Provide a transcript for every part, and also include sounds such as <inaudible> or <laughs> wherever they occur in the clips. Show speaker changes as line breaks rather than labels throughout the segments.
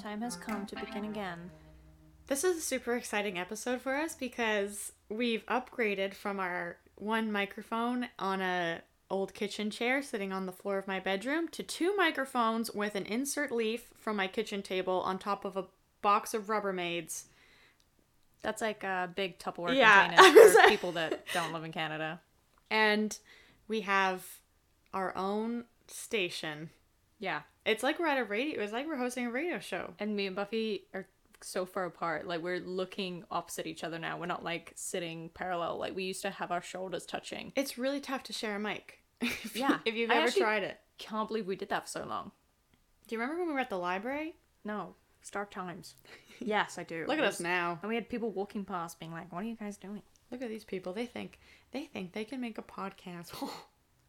time has come to begin again.
This is a super exciting episode for us because we've upgraded from our one microphone on a old kitchen chair sitting on the floor of my bedroom to two microphones with an insert leaf from my kitchen table on top of a box of Rubbermaids.
That's like a big Tupperware
Yeah. <laughs>
container for people that don't live in Canada.
And we have our own station.
Yeah.
It's like we're at a radio it's like we're hosting a radio show.
And me and Buffy are so far apart. Like we're looking opposite each other now. We're not like sitting parallel. Like we used to have our shoulders touching.
It's really tough to share a mic. <laughs> If you-
Yeah.
If you've
I
ever
actually-
tried it.
Can't believe we did that for so long.
Do you remember when we were at the library?
No. Stark <laughs> times. Yes, I do.
Look at
It
us
was-
now.
And we had people walking past being like, What are you guys doing?
Look at these people. They think they think they can make a podcast. <laughs>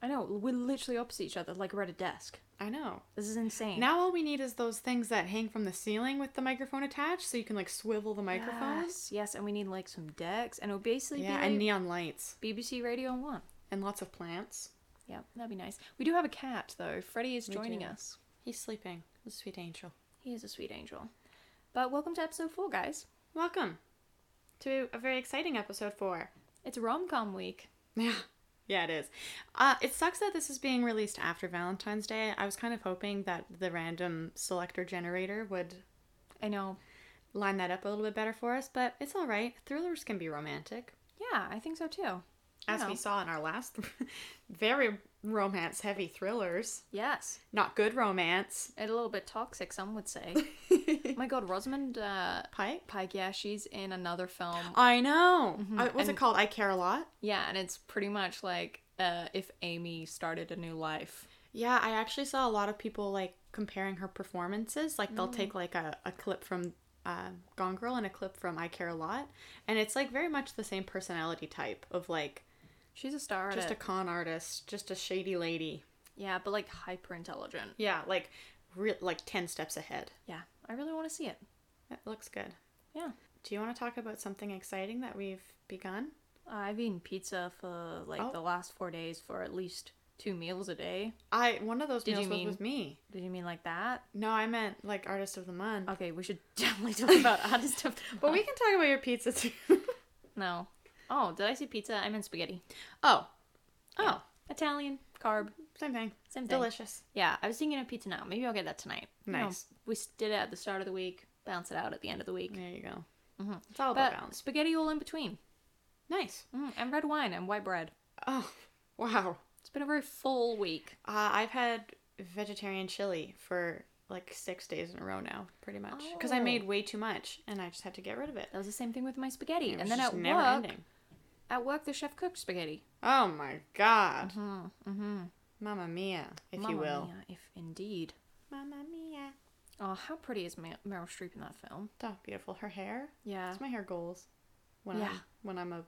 I know, we're literally opposite each other, like we're at a desk.
I know.
This is insane.
Now all we need is those things that hang from the ceiling with the microphone attached, so you can like swivel the microphone.
Yes, yes, and we need like some decks, and it would basically
Yeah, and
be
neon lights
like BBC Radio One.
and lots of plants.
Yeah, that'd be nice. We do have a cat though. Freddie is
We
joining
do.
us.
He's sleeping. The sweet angel.
He is a sweet angel. But welcome to episode four, guys.
Welcome to a very exciting episode four.
It's rom com week.
<laughs> Yeah. Yeah, it is. Uh, it sucks that this is being released after Valentine's Day. I was kind of hoping that the random selector generator would
I know.
line that up a little bit better for us, but it's all right. Thrillers can be romantic.
Yeah, I think so too.
as
Yeah.
we saw in our last <laughs> very romance heavy thrillers
Yes,
not good romance
and a little bit toxic, some would <laughs> say. oh my God, Rosamund uh,
pike
Pike. Yeah, she's in another film.
i know Uh, what's
and-
it called i care a lot
Yeah, and it's pretty much like uh, if Amy started a new life.
yeah i actually saw a lot of people like comparing her performances like
Mm.
they'll take like a, a clip from uh, gone girl and a clip from i care a lot and it's like very much the same personality type of like
She's a star. at
just a
it.
con artist just a shady lady
yeah, but like hyper intelligent.
yeah like re- like 10 steps ahead
Yeah, I really want to see it.
that looks good
Yeah.
do you want to talk about something exciting that we've begun
I've eaten pizza for like
Oh.
the last four days for at least two meals a day.
I one of those
Did
meals
you
was
mean-
with me.
Did you mean like that?
No, I meant like artist of the month.
Okay, we should <laughs> definitely talk about other stuff.
But we can talk about your pizza too.
no. Oh, did I say pizza? I meant spaghetti.
oh, oh,
Yeah. Italian carb,
<laughs> same thing.
same thing.
Delicious.
Yeah, I was thinking of pizza now. Maybe I'll get that tonight. You know,
Nice.
we s- did it at the start of the week. Bounce it out at the end of the week.
There you go. It's all
Mm-hmm.
about
But
balance.
spaghetti all in between,
Nice.
mm, and red wine and white bread.
Oh, <laughs> wow.
It's been a very full week.
Uh, I've had vegetarian chili for like six days in a row now, pretty much, because I
Oh.
made way too much and I just had to get rid of it.
That was the same thing with my spaghetti.
It was
and then
just
at work,
never ending.
at work, the chef cooked spaghetti.
Oh my god,
Mm, mm-hmm.
Mamma mia, if you
Mamma
will.
Mia, if indeed.
Mamma mia.
Oh, how pretty is Ma- Meryl Streep in that film?
Oh, beautiful. Her hair.
Yeah.
That's my hair goals when
Yeah.
I'm when I'm a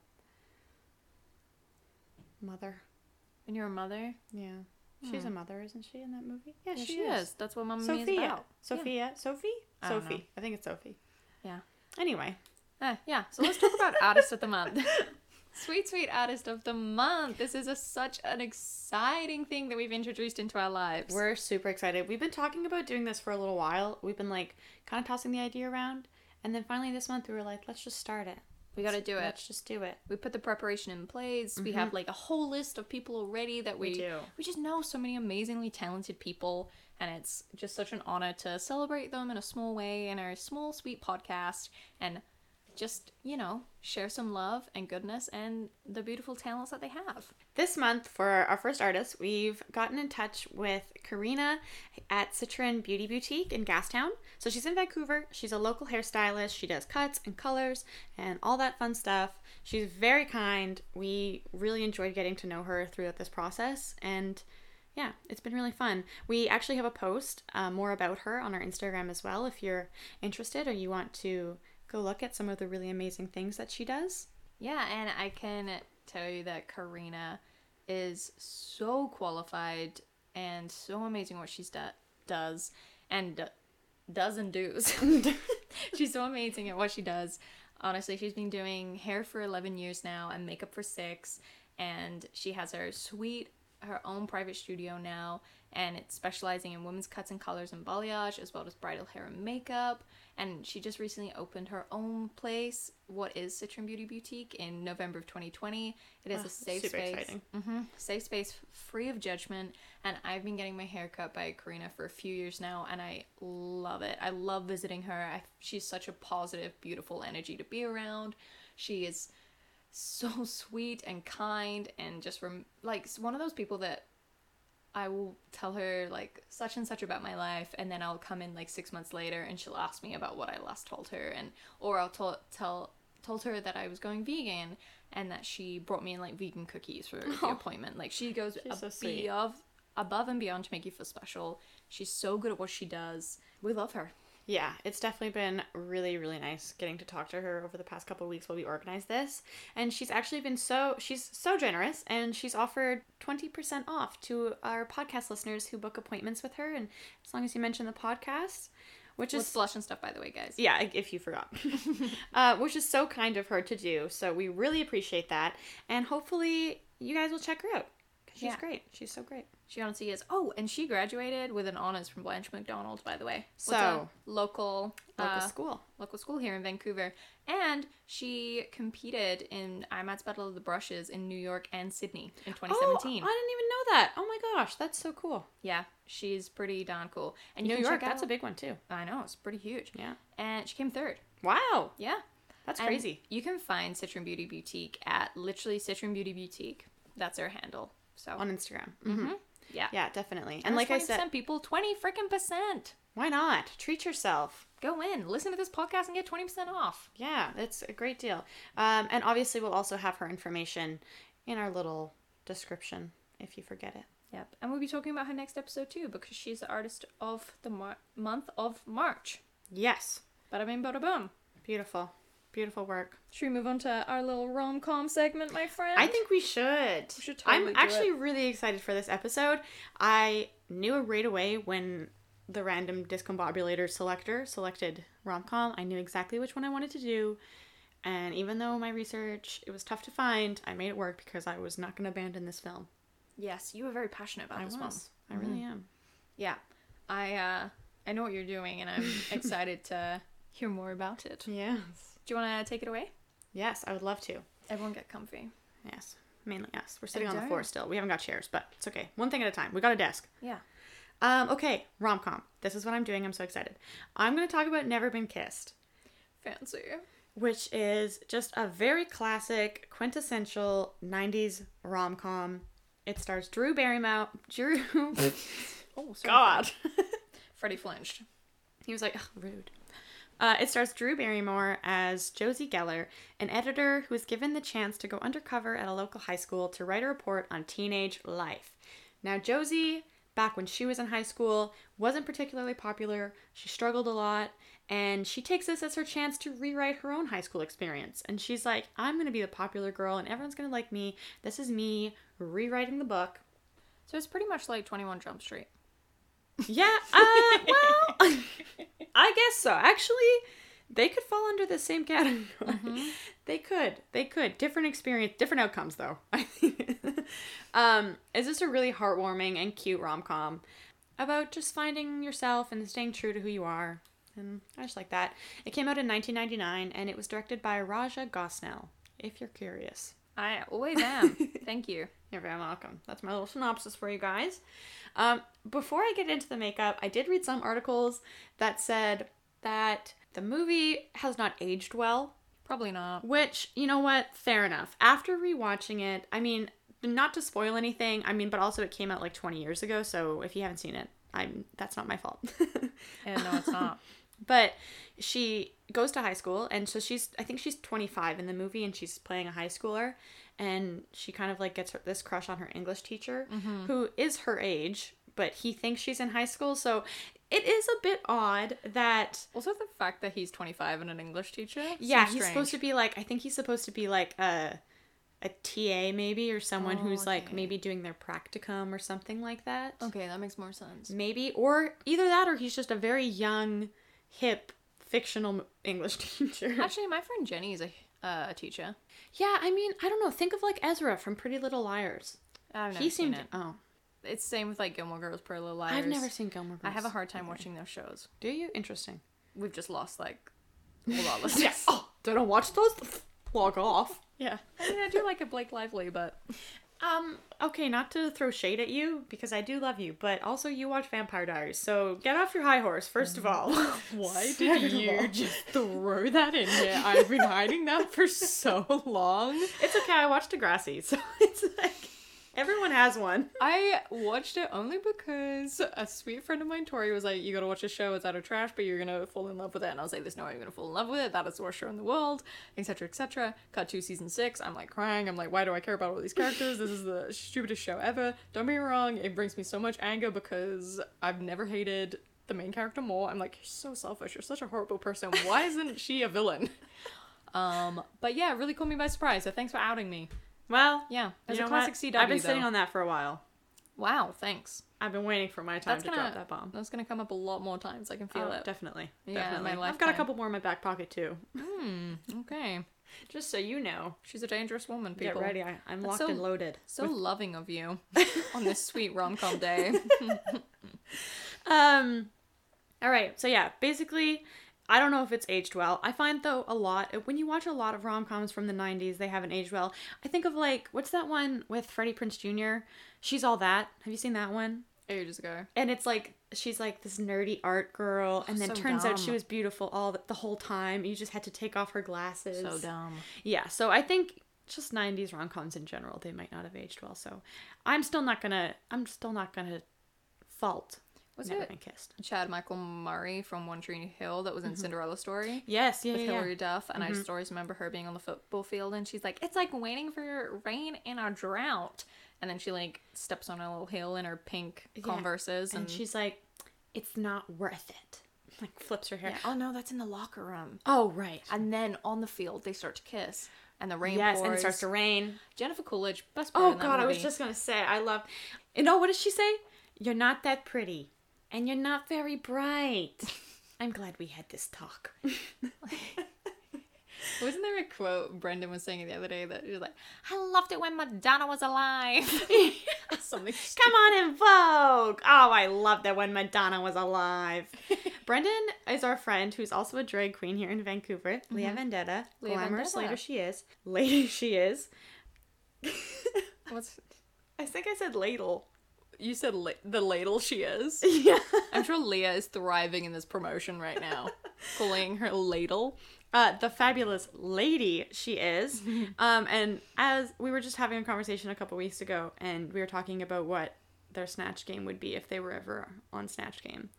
mother.
When you're a mother.
Yeah. She's a mother, isn't she, in that movie? Yeah,
Hmm. Yeah, she, is. That's what Mamma Mia is
Sophia.
about.
Sophia. Sophie?
I don't know.
Sophie. I think it's Sophie.
Yeah.
Anyway.
Ah, yeah. So let's talk about artist of the month. <laughs> sweet, sweet artist of the month. This is a, such an exciting thing that we've introduced into our lives.
We're super excited. We've been talking about doing this for a little while. We've been like kind of tossing the idea around. And then finally this month we were like, let's just start it.
we got to do it.
Let's just do it.
We put the preparation in place. We have like a whole list of people already that Mm-hmm. we
We do.
We just know so many amazingly talented people, and it's just such an honor to celebrate them in a small way in our small, sweet podcast and just, you know, share some love and goodness and the beautiful talents that they have.
This month, for our first artist, we've gotten in touch with Karina at Citron Beauty Boutique in Gastown. So she's in Vancouver. She's a local hairstylist. She does cuts and colors and all that fun stuff. She's very kind. We really enjoyed getting to know her throughout this process. And yeah, it's been really fun. We actually have a post uh, more about her on our Instagram as well if you're interested or you want to go look at some of the really amazing things that she does.
Yeah, and I can tell you that Karina is so qualified and so amazing what she's do- does and d- does and
<laughs>
does. <laughs> she's so amazing at what she does. Honestly, she's been doing hair for 11 years now and makeup for 6 and she has her sweet her own private studio now, and it's specializing in women's cuts and colors and balayage, as well as bridal hair and makeup. And she just recently opened her own place, what is Citron Beauty Boutique, in November of 2020. It is
Oh,
a safe
super
space,
exciting.
hmm safe space, free of judgment. And I've been getting my hair cut by Karina for a few years now, and I love it. I love visiting her. I, she's such a positive, beautiful energy to be around. She is so <laughs> sweet and kind and just rem- like s- one of those people that I will tell her like such and such about my life and then I'll come in like 6 months later and she'll ask me about what I last told her and or I'll tell tell told her that I was going vegan and that she brought me in like vegan cookies
<laughs>
for the
Oh.
appointment like she goes
She's so
above,
sweet.
above and beyond to make you feel special she's so good at what she does we love her
Yeah, it's definitely been really, really nice getting to talk to her over the past couple weeks while we organized this. And she's actually been so she's so generous, and she's offered twenty percent off to our podcast listeners who book appointments with her. And as long as you mention the podcast, which
just
is
blush and stuff by the way guys
yeah, i- if you forgot, <laughs> uh, which is so kind of her to do. So we really appreciate that, and hopefully you guys will check her out. 'cause She's
Yeah.
great. She's so great.
She honestly is. Oh, and she graduated with an honors from Blanche McDonald, by the way. What's
So-
a local
Local
uh,
school.
local school here in Vancouver, and she competed in IMAT's Battle of the Brushes in New York and Sydney in
Oh, I
2017.
didn't even know that. Oh my gosh, that's so cool.
yeah, she's pretty darn cool. And
New
you can
York,
check
that's a
out-
big one too.
I know it's pretty huge.
Yeah.
And she came third.
Wow.
Yeah,
That's
And
crazy.
You can find Citron Beauty Boutique at literally Citron Beauty Boutique. That's her handle. So
On Instagram. Mm-hmm.
yeah,
Yeah, definitely. And,
That's
like I said,
20% people, twenty freaking percent.
why not? Treat yourself.
Go in, listen to this podcast, and get twenty percent off.
Yeah, that's a great deal. Um, and obviously, we'll also have her information in our little description if you forget it.
Yep. And we'll be talking about her next episode too because she's the artist of the mar- month of March.
Yes.
Bada bing, bada boom.
Beautiful. Beautiful work.
Should we move on to our little rom com segment, my friend?
I think we should.
We should
I'm
totally do
actually really excited for this episode. I knew right away when the random discombobulator selector selected rom com. I knew exactly which one I wanted to do. And even though my research it was tough to find, I made it work because I was not going to abandon this film.
Yes, you were very passionate about
I
this
was.
one.
I really am.
Yeah. I uh I know what you're doing and <laughs> I'm excited to hear more about it.
Yes.
Do you wanna take it away?
Yes, I would love to.
Everyone get comfy.
Yes. Mainly yes. We're sitting on the
don't.
floor still. We haven't got chairs, but it's okay. One thing at a time. We got a desk.
Yeah.
Um, okay, rom com. This is what I'm doing. I'm so excited. I'm going to talk about Never Been Kissed,
Fancy.
which is just a very classic, quintessential 90s rom com. It stars Drew Barrymore. Drew.
Oh sorry.
God.
Freddie flinched.
he was like, Ugh, rude. Uh, it stars Drew Barrymore as Josie Geller, an editor who is given the chance to go undercover at a local high school to write a report on teenage life. Now, Josie, back when she was in high school, wasn't particularly popular. She struggled a lot, and she takes this as her chance to rewrite her own high school experience. And she's like, I'm going to be the popular girl, and everyone's going to like me. This is me rewriting the book.
So it's pretty much like twenty one Jump Street.
Yeah, uh, well, <laughs> I guess so. Actually, they could fall under the same category. <laughs> They could. They could. Different experience, different outcomes, though. <laughs> um, it's just a really heartwarming and cute rom com about just finding yourself and staying true to who you are. And I just like that. It came out in 1999 and it was directed by Raja Gosnell, if you're curious.
I always <laughs> am. Thank you.
You're very welcome. That's my little synopsis for you guys. Um, before I get into the makeup, I did read some articles that said that the movie has not aged well,
Probably not.
which, you know what, fair enough. After rewatching it, I mean, not to spoil anything, I mean, but also it came out like 20 years ago, so if you haven't seen it, I'm that's not my fault. <laughs>
Yeah, no, it's not.
But she goes to high school, and so she's I think she's 25 in the movie, and she's playing a high schooler, and she kind of like gets her, this crush on her English teacher,
Mm-hmm.
who is her age, but he thinks she's in high school, so it is a bit odd that.
Also, the fact that he's 25 and an English teacher.
Yeah, he's supposed to be like I think he's supposed to be like a a TA maybe or someone
Oh,
who's like
okay. Oh.
maybe doing their practicum or something like that.
Okay, that makes more sense.
Maybe, or either that, or he's just a very young, hip, fictional English <laughs> teacher.
<laughs> Actually, my friend Jenny is a uh, a teacher.
yeah, I mean, I don't know. Think of like Ezra from Pretty Little Liars.
I've never
he seemed.
seen it.
Oh,
it's same with like Gilmore Girls, Pearl of Liars.
I've never seen Gilmore Girls.
I have a hard time watching those shows.
Do you? Interesting.
We've just lost like all our listeners.
Yeah. <laughs> Oh, did I watch those? <laughs> Log off.
Yeah. I mean, I do like a Blake Lively, but
Um, okay, not to throw shade at you, because I do love you, but also you watch Vampire Diaries, so get off your high horse, first of <laughs> all.
<laughs>
Why
Second
did
of all-
you just throw that in there? I've been hiding that for so long.
It's okay, I watched Degrassi, <laughs> so it's like everyone has one.
I watched it only because a sweet friend of mine, Tori, was like, "You gotta watch a show. It's out of trash, but you're gonna fall in love with it." And I was like, "There's no way I'm gonna fall in love with it. That is the worst show in the world, etc., etc." Cut to season six. I'm like crying. I'm like, "Why do I care about all these characters? This is the stupidest show ever." Don't be wrong. It brings me so much anger because I've never hated the main character more. I'm like, "You're so selfish. You're such a horrible person. Why isn't she a
<laughs>
villain?" Um, but yeah, it really caught me by surprise. So thanks for outing me.
Well,
Yeah,
you
as
know
a classic
what?
CW.
I've been sitting
though.
on that for a while.
wow, thanks.
I've been waiting for my time
That's
to
gonna
drop that bomb.
Oh, That's gonna come up a lot more times. I can feel
Oh,
it.
definitely.
Yeah,
definitely.
my
I've got
lifetime.
a couple more in my back pocket too.
Hmm. Okay.
Just so you know.
She's a dangerous woman. People.
Get ready. I, I'm
That's
locked
so-
and loaded.
So loving of <laughs> you on this sweet rom com <laughs> day.
Um all right. So yeah, basically I don't know if it's aged well. I find though a lot when you watch a lot of rom-coms from the 90s, they haven't aged well. I think of like what's that one with Freddie Prince Jr.? She's all that. Have you seen that one?
Ages ago.
And it's like she's like this nerdy art girl and then
so
turns out she
dumb.
was beautiful all the, the whole time. You just had to take off her glasses.
So dumb.
Yeah, so I think just 90s rom-coms in general, they might not have aged well. So I'm still not going to I'm still not going to fault
Was
Never
it-
Been Kissed.
Chad Michael Murray from One Tree Hill that was in Cinderella Story.
Yes, yeah,
With
yeah, yeah.
Hilary Duff, and I just always remember her being on the football field, and she's like, "It's like waiting for rain in a drought," and then she like steps on a little hill in her pink Converses,
and,
and,
she's like, "It's not worth it." Like flips her hair.
Yeah, "Oh no, that's in the locker room."
Oh right.
And then on the field, they start to kiss, and the rain
yes,
pours.
and it starts to rain.
Jennifer Coolidge, best part
Oh
in that
god, I was
movie.
just gonna say, I love. You know what does she say? You're not that pretty, and you're not very bright. <laughs> I'm glad we had this talk. <laughs>
Wasn't there a quote Brendan was saying the other day that she was like, "I loved it when Madonna was
<laughs>
alive." <laughs> Something.
Come on in Vogue. Oh, I love that when Madonna
<laughs>
was alive. Brendan is our friend who's also a drag queen here in Vancouver. Leah Vendetta,
Mm-hmm. Leah
glamorous
Vendetta.
later she is, lady she is.
What's
I think I
<laughs>
said ladle.
You said la- the ladle she is.
<laughs> Yeah.
I'm sure Leah is thriving in this promotion right
<laughs>
now, calling her ladle.
Uh, the fabulous lady
<laughs>
she is. Um, and as we were just having a conversation a couple weeks ago, and we were talking about what their Snatch game would be if they were ever on Snatch game.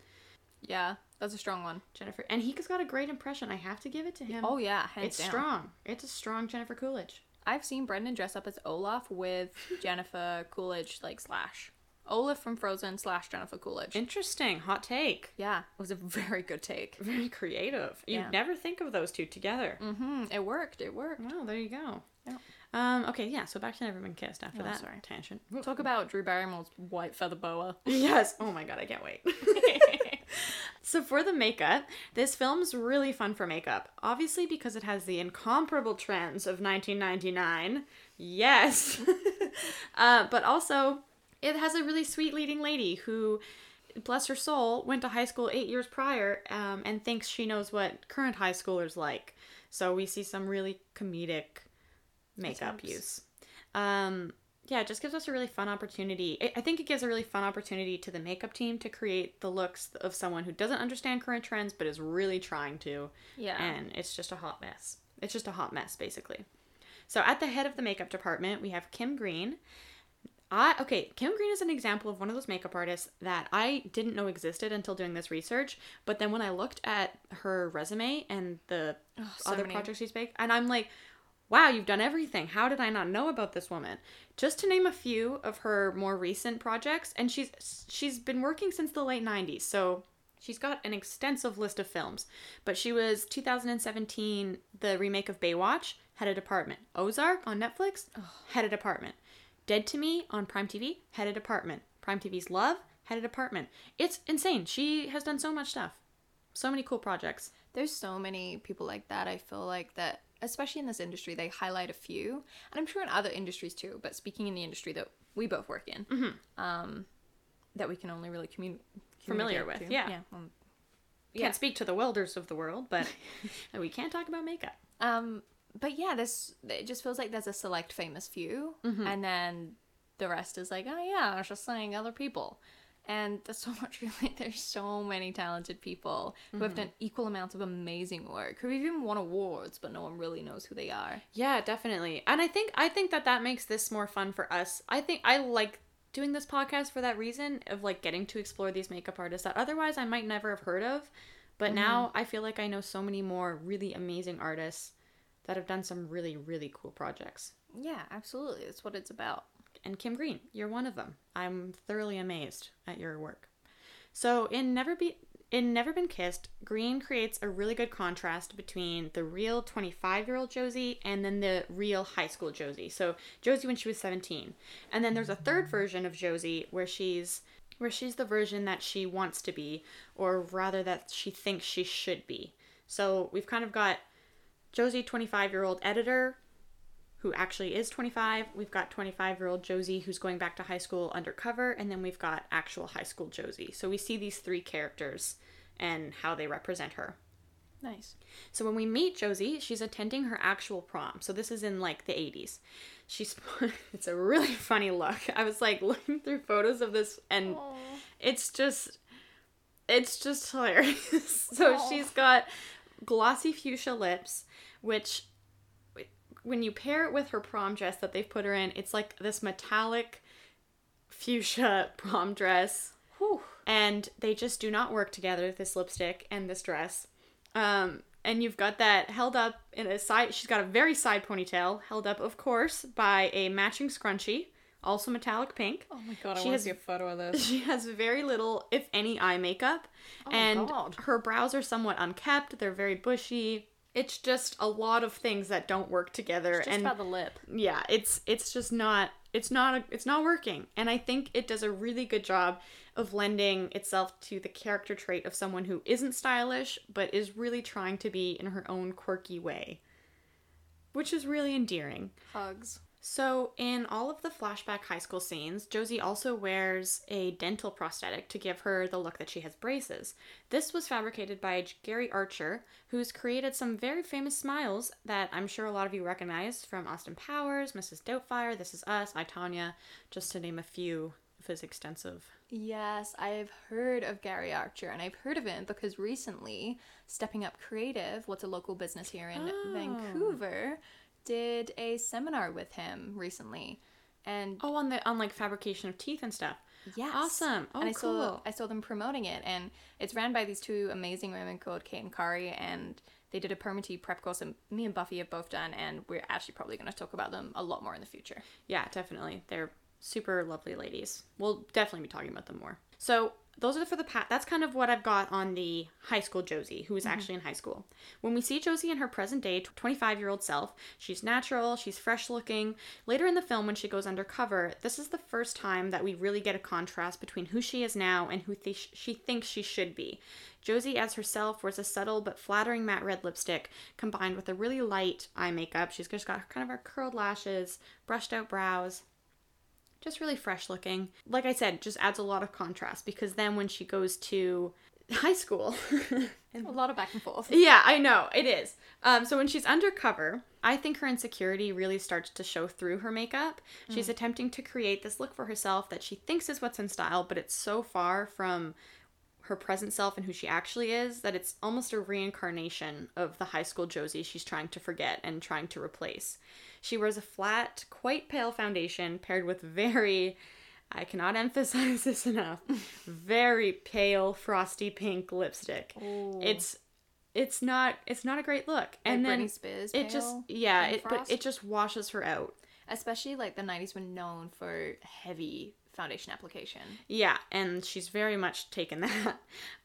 Yeah, that's a strong one.
Jennifer. And he's got a great impression. I have to give it to him.
Oh yeah, hands
Um, it's
down.
strong. It's a strong Jennifer Coolidge.
I've seen Brendan dress up as Olaf
<laughs>
with Jennifer Coolidge, like slash Olaf from Frozen slash Jennifer Coolidge.
Interesting. Hot take. <laughs>
Yeah, it was a very good take.
Very creative. You'd
Yeah.
never think of those two together.
Mm-hmm. It worked. It worked.
Well, there you go.
Yeah.
Um, okay, yeah, so back to Never Been Kissed after
Oh,
that
sorry.
tangent. <laughs>
Talk about Drew Barrymore's white feather boa.
Yes. Oh my god, I can't
<laughs>
wait. so for the makeup, this film's really fun for makeup. Obviously because it has the incomparable trends of 1999. Yes. <laughs> uh, but also it has a really sweet leading lady who bless her soul went to high school 8 years prior um, and thinks she knows what current high schoolers like. So we see some really comedic makeup
helps.
use. Um, yeah, it just gives us a really fun opportunity. I- I think it gives a really fun opportunity to the makeup team to create the looks of someone who doesn't understand current trends but is really trying to.
Yeah.
And it's just a hot mess. It's just a hot mess, basically. So at the head of the makeup department, we have Kim Green. I okay, Kim Green is an example of one of those makeup artists that I didn't know existed until doing this research. But then when I looked at her resume and the
Oh, so
other
many.
projects she's made, and I'm like, wow, you've done everything. How did I not know about this woman? Just to name a few of her more recent projects, and she's she's been working since the late '90s, so she's got an extensive list of films. But she was 2017, the remake of Baywatch, had a department. Ozark on Netflix, had a department. Dead to Me on Prime TV, had a department. Prime TV's Love, had a department. It's insane. She has done so much stuff, so many cool projects.
There's so many people like that. I feel like that, especially in this industry, they highlight a few, and I'm sure in other industries too. But speaking in the industry that we both work in, um, that we can only really commun-
Mm-hmm. Familiar
communicate
with,
to.
yeah.
um,
Can't speak to the welders of the world, but we can talk about makeup.
Um, but yeah, this it just feels like there's a select famous few,
Mm-hmm.
and then the rest is like, oh yeah, I was just saying other people, and there's <laughs> so much. Really, there's so many talented people who
Mm-hmm.
have done equal amounts of amazing work, who even won awards, but no one really knows who they are.
Yeah, definitely. And I think I think that that makes this more fun for us. I think I like doing this podcast for that reason of like getting to explore these makeup artists that otherwise I might never have heard of. But now I feel like I know so many more really amazing artists that have done some really really cool projects.
Yeah, absolutely, that's what it's about.
and Kim Green. You're one of them. I'm thoroughly amazed at your work. So in Never Be in Never Been Kissed, Green creates a really good contrast between the real 25-year-old Josie and then the real high school Josie. So Josie when she was 17. And then there's a third version of Josie where she's where she's the version that she wants to be or rather that she thinks she should be. So we've kind of got Josie 25-year-old editor who actually is 25. We've got 25 year old Josie who's going back to high school undercover, and then we've got actual high school Josie. So we see these three characters and how they represent her.
Nice.
So when we meet Josie, she's attending her actual prom. So this is in like the 80s. She's <laughs> it's a really <laughs> funny look. I was like looking through photos of this and it's just it's just hilarious. <laughs> so
Aw.
she's got glossy fuchsia lips, which when you pair it with her prom dress that they've put her in, it's like this metallic fuchsia <laughs> prom dress
Whew.
and they just do not work together this lipstick and this dress um and you've got that held up in a side she's got a very side ponytail held up of course by a matching scrunchie also metallic pink
Oh my god, I want
She
to
has-
see a photo of this.
<laughs> she has very little if any eye makeup and
Oh, God.
her brows are somewhat unkempt they're very bushy it's just a lot of things that don't work
<laughs>
together
Just
and
about the lip.
yeah it's it's just not it's not a, it's not working and i think it does a really good job of lending itself to the character trait of someone who isn't stylish but is really trying to be in her own quirky way which is really endearing
Hugs.
so, in all of the flashback high school scenes, Josie also wears a dental prosthetic to give her the look that she has braces. This was fabricated by J- Gary Archer, who's created some very famous smiles that I'm sure a lot of you recognize from Austin Powers, Mrs. Doubtfire, This Is Us, I, Tanya, just to name a few of his extensive.
Yes, I've heard of Gary Archer, and I've heard of him because recently, Stepping Up Creative, what's a local business here in
Oh.
Vancouver, did a seminar with him recently, and
Oh, on the on like fabrication of teeth and stuff.
yes,
awesome. Oh,
and I saw
cool.
I saw them promoting it, and it's ran by these two amazing women called Kate and Kari, and they did a permanente prep course, and me and Buffy have both done, and we're actually probably going to talk about them a lot more in the future.
Yeah, definitely. They're super lovely ladies. We'll definitely be talking about them more. So those are for the pat. That's kind of what I've got on the high school Josie, who is actually in high school. When we see Josie in her present day 25 year old self, she's natural, she's fresh looking. Later in the film, when she goes undercover, this is the first time that we really get a contrast between who she is now and who th- she thinks she should be. Josie, as herself, wears a subtle but flattering matte red lipstick combined with a really light eye makeup. She's just got kind of her curled lashes, brushed out brows, just really fresh looking. Like I said, just adds a lot of contrast because then when she goes to <laughs> high school,
A lot of back and forth.
yeah, I know it is. Um, so when she's undercover, I think her insecurity really starts to show through her makeup. She's attempting to create this look for herself that she thinks is what's in style, but it's so far from her present self and who she actually is that it's almost a reincarnation of the high school Josie she's trying to forget and trying to replace. She wears a flat, quite pale foundation paired with very I cannot <laughs> emphasize this enough. Very pale frosty pink lipstick. It's it's not it's not a great look. And
Like
then
Britney Spears
it just
pale
yeah,
and
it but
frost.
it just washes her out.
especially like the 90s were known for heavy foundation application
Yeah, and she's very much taken <laughs> that.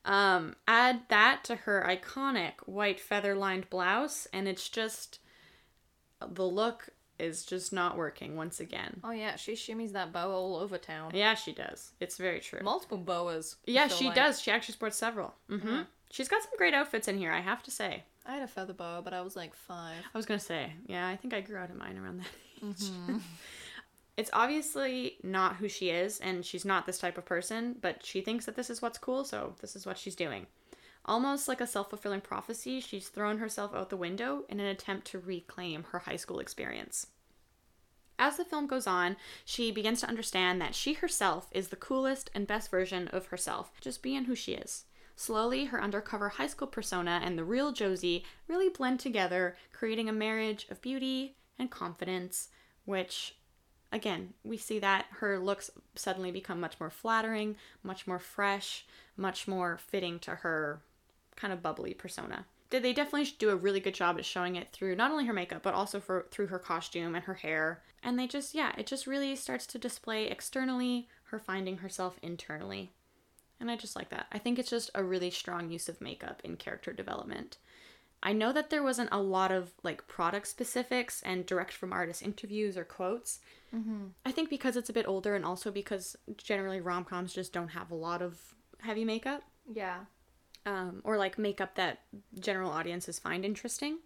Um, add that to her iconic white feather lined blouse, and it's just the look is just not working once again.
oh yeah she shimmies that bow all over town
Yeah, she does. It's very true.
multiple boas I
yeah,
feel
she
like.
does. She actually sports several. hmm She's got some great outfits in here, I have to say.
i had a feather boa but i was like five
<laughs> I was gonna say, yeah, I think I grew out of mine around that age. It's obviously not who she is, and she's not this type of person, but she thinks that this is what's cool, so this is what she's doing. Almost like a self fulfilling prophecy, she's thrown herself out the window in an attempt to reclaim her high school experience. As the film goes on, she begins to understand that she herself is the coolest and best version of herself, just being who she is. Slowly, her undercover high school persona and the real Josie really blend together, creating a marriage of beauty and confidence, which, again, we see that her looks suddenly become much more flattering, much more fresh, much more fitting to her kind of bubbly persona. They they definitely do a really good job at showing it through not only her makeup but also for through her costume and her hair. And they just yeah, it just really starts to display externally her finding herself internally. And I just like that. I think it's just a really strong use of makeup in character development. I know that there wasn't a lot of like product specifics and direct from artist interviews or quotes. I think because it's a bit older and also because generally rom coms just don't have a lot of heavy makeup
Yeah.
um, or like makeup that general audiences find interesting.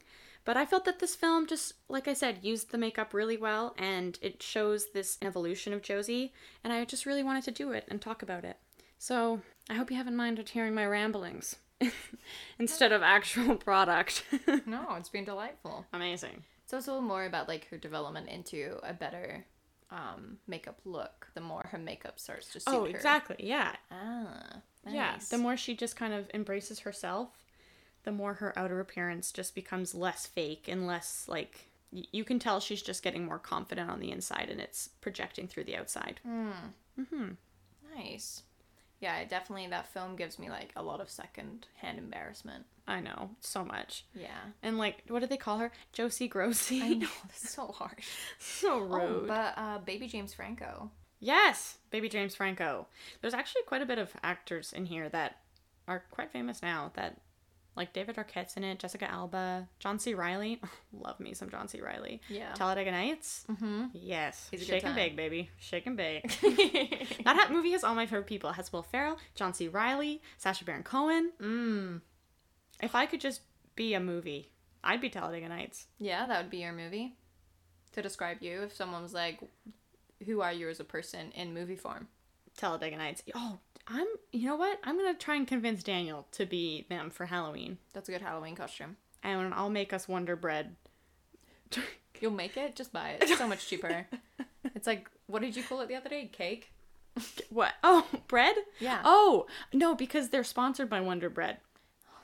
But I felt that this film just, like I said, used the makeup really well and it shows this evolution of Josie. And I just really wanted to do it and talk about it. So I hope you haven't minded hearing my ramblings <laughs> instead of actual product. <laughs>
No, it's been delightful.
Amazing.
It's also more about like her development into a better um makeup look. The more her makeup starts to suit
Oh,
her.
exactly. Yeah.
Ah, nice.
Yeah, the more she just kind of embraces herself, the more her outer appearance just becomes less fake and less like y- you can tell she's just getting more confident on the inside and it's projecting through the outside.
Mm. nice. Yeah, I definitely that film gives me like a lot of second hand embarrassment.
I know, so much.
Yeah.
And like, what do they call her? Josie Grossi.
I <laughs> know, that's so harsh.
<laughs> so
Oh,
rude.
but uh baby James Franco.
yes, baby James Franco. There's actually quite a bit of actors in here that are quite famous now that like David Arquette's in it, Jessica Alba, John C. Riley. <laughs> Love me some John C. Riley.
Yeah.
Talladega Nights.
Mm-hmm.
Yes.
He's a good
Shake and
time.
bake, baby. Shake and bake. <laughs> that ha- movie has all my favorite people. It has Will Ferrell, John C. Riley, Sasha Baron Cohen.
mm.
If I could just be a movie, I'd be Talladega Nights.
Yeah, that would be your movie. To describe you if someone was like who are you as a person in movie form?
Talladega Nights. Oh, I'm. You know what? I'm gonna try and convince Daniel to be them for Halloween,
That's a good Halloween costume.
and I'll make us Wonder Bread.
You'll make it, just buy it. It's so much
<laughs>
cheaper. it's like what did you call it the other day? Cake?
what? Oh, <laughs> bread?
Yeah.
Oh no, because they're sponsored by Wonder Bread.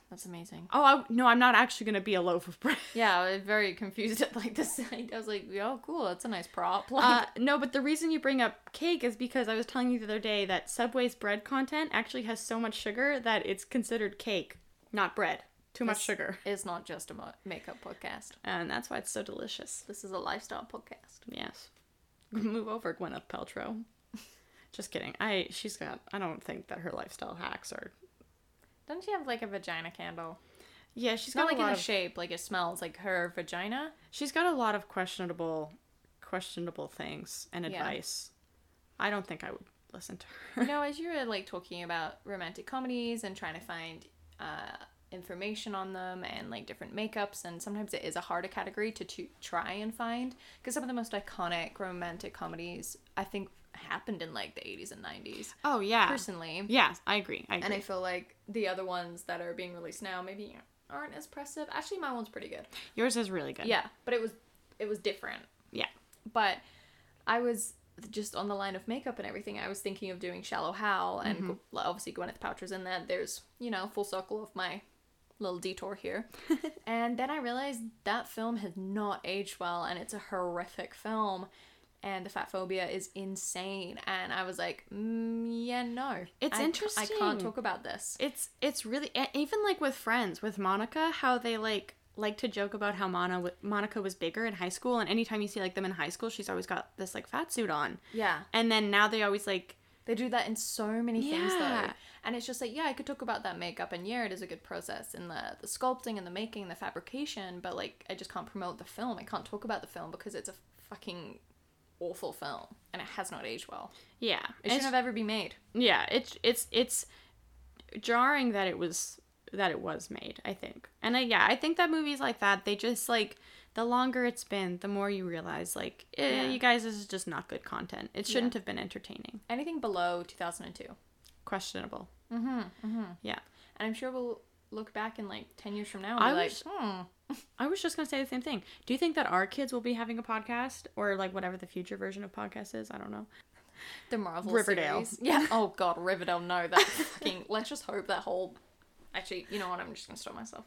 That's amazing.
Oh I, no, I'm not actually gonna be a loaf of bread.
Yeah, I was very confused at like this. I was like, oh, cool, that's a nice prop. Like,
Uh, no, but the reason you bring up cake is because I was telling you the other day that Subway's bread content actually has so much sugar that it's considered cake, not bread. Too much
This-
sugar.
It's not just a mo- makeup podcast.
And that's why it's so delicious.
This is a lifestyle podcast.
Yes. <laughs> Move over, Gwyneth Paltrow. <laughs> Just kidding. I she's got I don't think that her lifestyle hacks are
Doesn't she have like a vagina candle?
Yeah, she's
It's not
got
like
a
in a
lot of,
shape, like it smells like her vagina.
she's got a lot of questionable questionable things and
Yeah.
advice. I don't think I would listen to her.
You know, as you were like talking about romantic comedies and trying to find uh, information on them and like different makeups, and sometimes it is a harder category to, to try and find because some of the most iconic romantic comedies I think happened in like the 80s and 90s.
Oh yeah.
Personally,
Yeah, I agree. I agree.
and I feel like the other ones that are being released now maybe aren't as impressive. Actually, my one's pretty good.
Yours is really good.
Yeah, but it was it was different.
Yeah.
But I was just on the line of makeup and everything. I was thinking of doing Shallow Hal,
Mm-hmm.
and Gw- well, obviously Gwyneth Paltrow's in that. There's you know full circle of my little detour
<laughs>
here, and then I realized that film has not aged well, and it's a horrific film. And the fat phobia is insane, and I was like, mm, yeah, no,
It's
I ca- I
interesting.
can't talk about this.
It's it's really e- even like with friends with Monica how they like like to joke about how Mona w- Monica was bigger in high school and anytime you see like them in high school she's always got this like fat suit on
Yeah,
and then now they always like
they do that in so many things
Yeah.
though, and it's just like yeah, I could talk about that makeup, and yeah, it is a good process in the the sculpting and the making, and the fabrication, but like I just can't promote the film. I can't talk about the film because it's a fucking awful film, and it has not aged well.
yeah
It
it's,
shouldn't have ever been made.
yeah it's it's it's jarring uh, that it was that it was made I think and I, yeah I think that movies like that they just like the longer it's been, the more you realize, like, eh,
Yeah.
you guys, this is just not good content. It shouldn't have been entertaining.
Anything below 2002.
Questionable. Yeah.
And I'm sure we'll look back in like 10 years from now and be
I
like,
wish-
hmm.
I was just gonna say the same thing. Do you think that our kids will be having a podcast or like whatever the future version of podcast is? I don't know.
The Marvel
Riverdale.
series.
<laughs>
Yeah. Oh god, Riverdale. No, that fucking. Let's just hope that whole. Actually, you know what? I'm just gonna stop myself.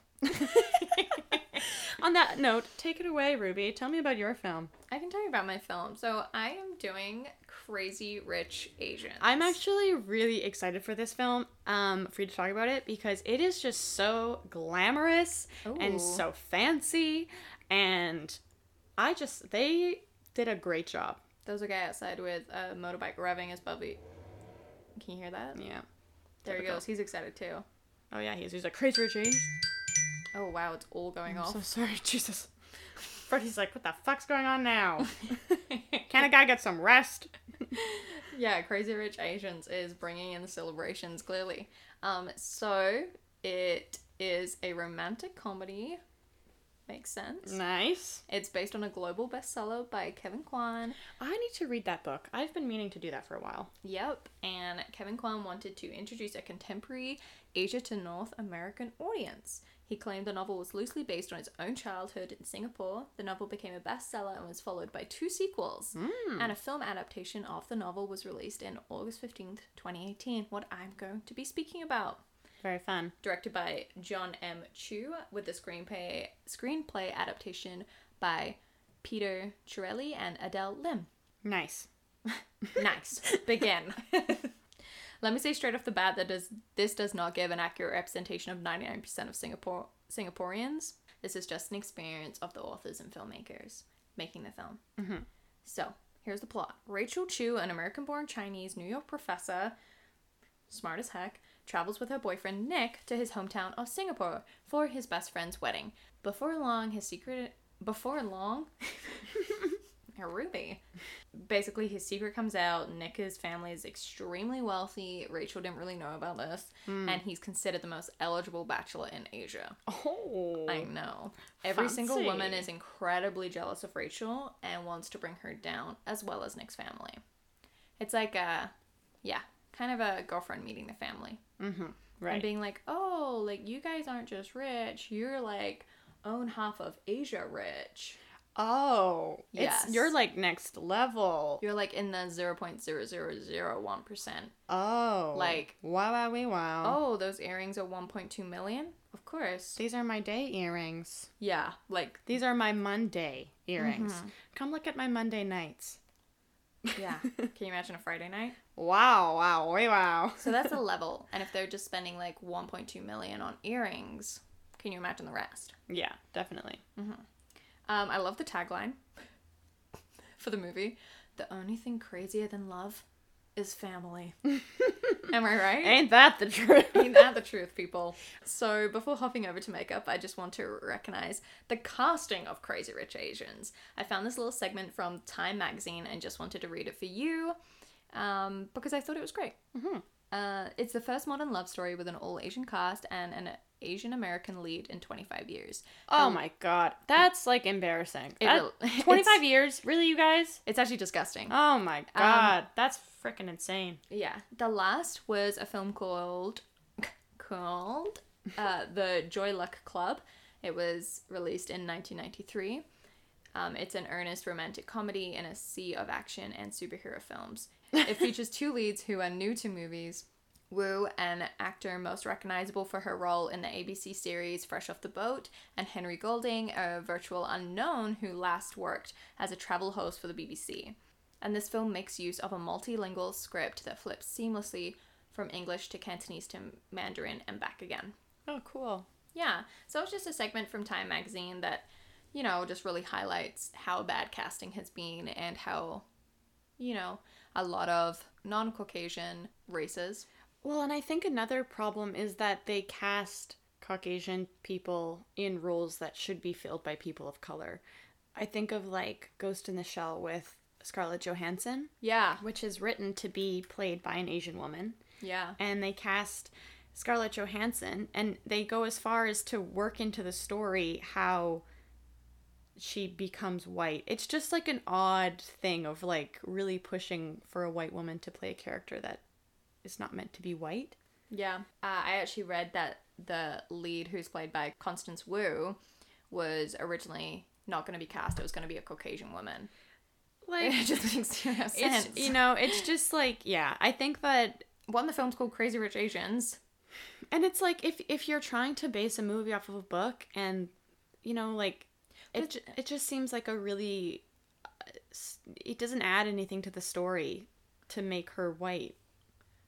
On that note, take it away, Ruby. Tell me about your film.
I can tell you about my film. So I am doing Crazy Rich Asians.
I'm actually really excited for this film. Um, for you to talk about it because it is just so glamorous
Ooh.
and so fancy, and I just they did a great job.
There was a guy outside with a motorbike revving his bubby. Can you hear that?
Yeah.
There he
Typical.
goes. He's excited too.
Oh yeah, he's he's like crazy rich Asians.
Oh wow, it's all going
I'm
off.
so sorry, <laughs> Jesus. Freddy's like, what the fuck's going on now? Can a guy get some rest?
<laughs> yeah, Crazy Rich Asians is bringing in the celebrations clearly. Um, so it is a romantic comedy. Makes
Mm.
sense.
Nice.
It's based on a global bestseller by Kevin Kwan.
I need to read that book. I've been meaning to do that for a while.
Yep, and Kevin Kwan wanted to introduce a contemporary Asia to North American audience. He claimed the novel was loosely based on his own childhood in Singapore. The novel became a bestseller and was followed by two sequels. And a film adaptation of the novel was released in August 15th, 2018, what I'm going to be speaking about.
Very fun.
Directed by John M. Chu, with the screenplay, screenplay adaptation by Peter Chirelli and Adele Lim.
Nice.
Nice. Begin. <laughs> Let me say straight off the bat that does this does not give an accurate representation of 99% of Singapore Singaporeans. This is just an experience of the authors and filmmakers making the film. So here's the plot: Rachel Chu, an American-born Chinese New York professor, smart as heck, travels with her boyfriend Nick to his hometown of Singapore for his best friend's wedding. Before long, his secret. Before long, Ruby basically his secret comes out nick's family is extremely wealthy rachel didn't really know about this and he's considered the most eligible bachelor in asia
Hmm. Oh.
i know every single woman
Fancy.
is incredibly jealous of rachel and wants to bring her down as well as nick's family it's like a yeah kind of a girlfriend meeting the family
right.
and being like, oh, like you guys aren't just rich, you're like own half of Asia rich.
oh.
Yes.
It's you're like next level.
You're like in the 0.0001%.
oh.
Like-
wow wow wee wow.
Oh, those earrings are 1.2 million? Of course.
These are my day earrings.
Yeah, like,
These are my Monday earrings. Come look at my Monday
Mm-hmm.
nights.
yeah. Can you imagine a Friday night?
<laughs> Wow wow wee wow.
So that's a level. <laughs> And if they're just spending like 1.2 million on earrings, can you imagine the rest?
<laughs> Yeah, definitely.
Um, I love the tagline <laughs> for the movie The only thing crazier than love is <laughs> family. Am I right?
Ain't that the truth?
<laughs> Ain't that the truth, people? So, before hopping over to makeup, I just want to recognize the casting of Crazy Rich Asians. I found this little segment from Time magazine and just wanted to read it for you um, because I thought it was great. Uh, it's the first modern love story with an all Asian cast and an Asian American lead in 25 years.
Oh my god, that's like embarrassing.
Um, It
That-
will- <laughs> it's-
25 years, really, you guys?
It's actually disgusting.
Oh my god, that's freaking insane.
Yeah. The last was a film called called uh, The Joy Luck Club. It was released in 1993. Um, it's an earnest romantic comedy in a sea of action and superhero films. It features two leads who are new to movies. Wu, an actor most recognizable for her role in the ABC series Fresh Off the Boat, and Henry Golding, a virtual unknown who last worked as a travel host for the BBC. And this film makes use of a multilingual script that flips seamlessly from English to Cantonese to Mandarin and back again.
Oh, cool.
Yeah, so it's just a segment from Time magazine that, you know, just really highlights how bad casting has been and how, you know, a lot of non Caucasian races.
Well, and I think another problem is that they cast Caucasian people in roles that should be filled by people of color. I think of like Ghost in the Shell with Scarlett Johansson,
Yeah,
which is written to be played by an Asian woman.
yeah.
and they cast Scarlett Johansson, and they go as far as to work into the story how she becomes white. It's just like an odd thing of like really pushing for a white woman to play a character that is not meant to be white.
Yeah. Uh, I actually read that the lead, who's played by Constance Wu, was originally not going to be cast. It was going to be a Caucasian woman. <laughs>
Like
It just makes no sense.
it's, you know, it's just like yeah, I think that
One, the film's called Crazy Rich Asians.
and it's like if if you're trying to base a movie off of a book and you know like it ju- it just seems like a really uh, s- it doesn't add anything to the story to make her white.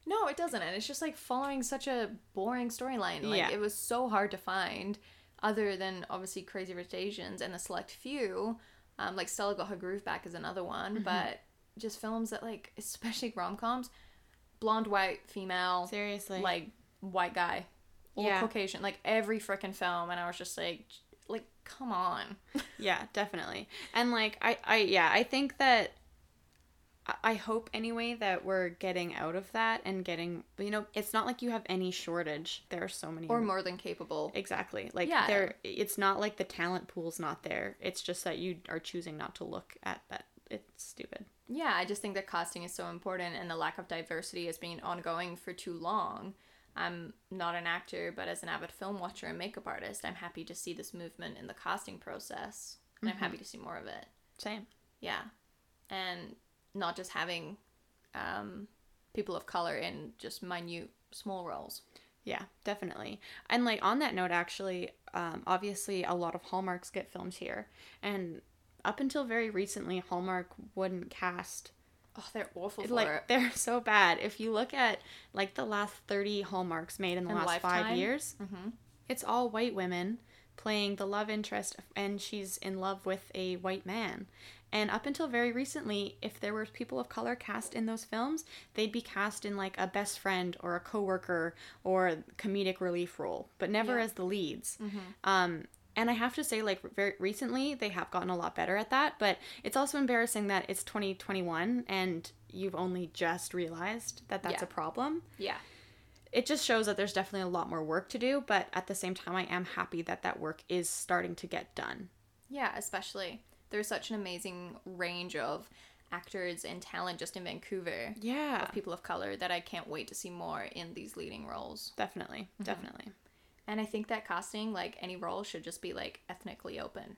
No, it doesn't. And it's just like following such a boring storyline. Like
Yeah.
it was so hard to find, other than obviously Crazy Rich Asians and a select few. Um, like Stella Got Her Groove Back is another one, but just films that like, <laughs> especially rom coms, blonde white female,
Seriously. Like
like white guy, or
Yeah.
Caucasian, like every freaking film, and I was just like, j- like come on.
yeah, definitely. And like I I yeah, I think that I- I hope anyway that we're getting out of that and getting you know, it's not like you have any shortage. There are so many
Or more than capable.
Exactly. Like
Yeah.
there it's not like the talent pool's not there. It's just that you are choosing not to look at that. It's stupid.
Yeah, I just think that casting is so important and the lack of diversity has been ongoing for too long. I'm not an actor, but as an avid film watcher and makeup artist, I'm happy to see this movement in the casting process. And I'm happy to see more of it.
Same.
Yeah. And not just having um, people of color in just minute small roles.
Yeah, definitely. And like on that note actually, um obviously a lot of Hallmarks get filmed here and up until very recently Hallmark wouldn't cast
Oh, they're awful
It,
for
like
it.
<laughs> they're so bad. If you look at like the last 30 hallmarks made in the
In
last
Lifetime?
5 years,
Mhm.
it's all white women playing the love interest and she's in love with a white man. And up until very recently, if there were people of color cast in those films, they'd be cast in like a best friend or a coworker or comedic relief role, but never
Yeah. Mm-hmm.
as the leads. Um, and I have to say, like very recently, they have gotten a lot better at that. But it's also embarrassing that it's 2021 and you've only just realized that that's
Yeah.
a problem.
Yeah.
It just shows that there's definitely a lot more work to do. But at the same time, I am happy that that work is starting to get done.
Yeah, especially. There's such an amazing range of actors and talent just in Vancouver.
Yeah,
of people of color that I can't wait to see more in these leading roles.
definitely, definitely.
And I think that casting, like any role, should just be like ethnically open.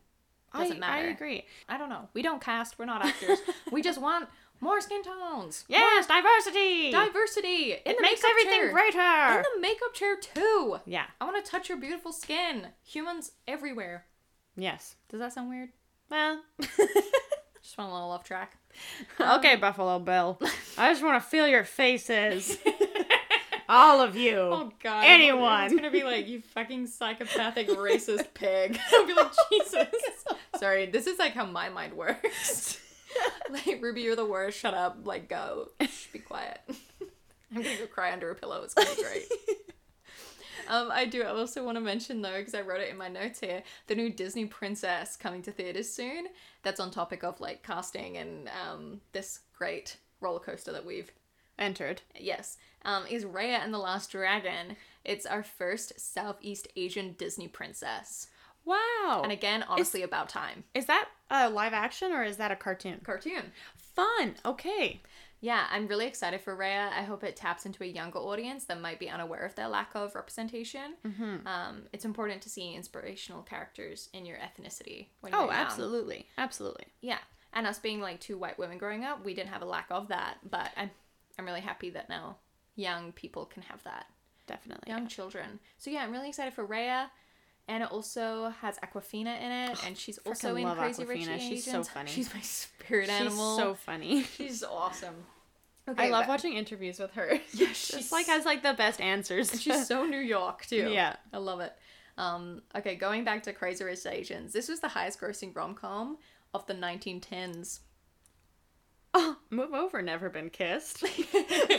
I,
Doesn't matter.
I agree.
I don't know. We don't cast. We're not
<laughs>
actors. we just want more skin tones.
Yes, diversity.
More diversity. In
it
the
makes
makeup
everything
chair.
greater.
In the makeup chair too.
yeah.
I want to touch your beautiful skin. Humans everywhere.
Yes.
Does that sound weird?
<laughs> Well.
Just went a little off track.
Okay, Buffalo Bill. I just want to feel your <laughs> faces. All of you.
Oh god.
Anyone.
It's gonna be like you fucking psychopathic racist pig. <laughs> I'll be like, Jesus. Sorry, this is like how my mind works. like, Ruby, you're the worst. Shut up. Like, go. Shh, be quiet. <laughs> I'm gonna go cry under a pillow. It's gonna be great. Um, I do also want to mention though, because I wrote it in my notes here, the new Disney princess coming to theaters soon. That's on topic of like casting and um, this great roller coaster that we've
<laughs> Entered.
Yes, um, is Raya and the Last Dragon. It's our first Southeast Asian Disney princess,
Wow.
and again, honestly, about time.
is that a live action or is that a cartoon?
Cartoon.
Fun. Okay.
Yeah, I'm really excited for Raya. I hope it taps into a younger audience that might be unaware of their lack of representation. Um, it's important to see inspirational characters in your ethnicity. When
Oh,
you're young.
absolutely. Absolutely.
Yeah, and us being like two white women growing up, we didn't have a lack of that. But I'm, I'm really happy that now young people can have that.
Definitely.
young children. So yeah, I'm really excited for Raya. And it also has Aquafina in it, and she's also
frickin'
in
love
Crazy
Awkwafina.
Rich Asians.
She's so funny.
She's my spirit
She's
animal. <laughs>
so funny. <laughs>
She's awesome.
Okay,
I love
but- <laughs>
watching interviews with her. <laughs>
Yeah, she's
She's like has like the best answers. <laughs>
And she's so New York too.
Yeah.
I love it. Um, okay, going back to Crazy Rich Asians, this was the highest-grossing rom-com of the 1910s.
oh, move over. Never been kissed. <laughs>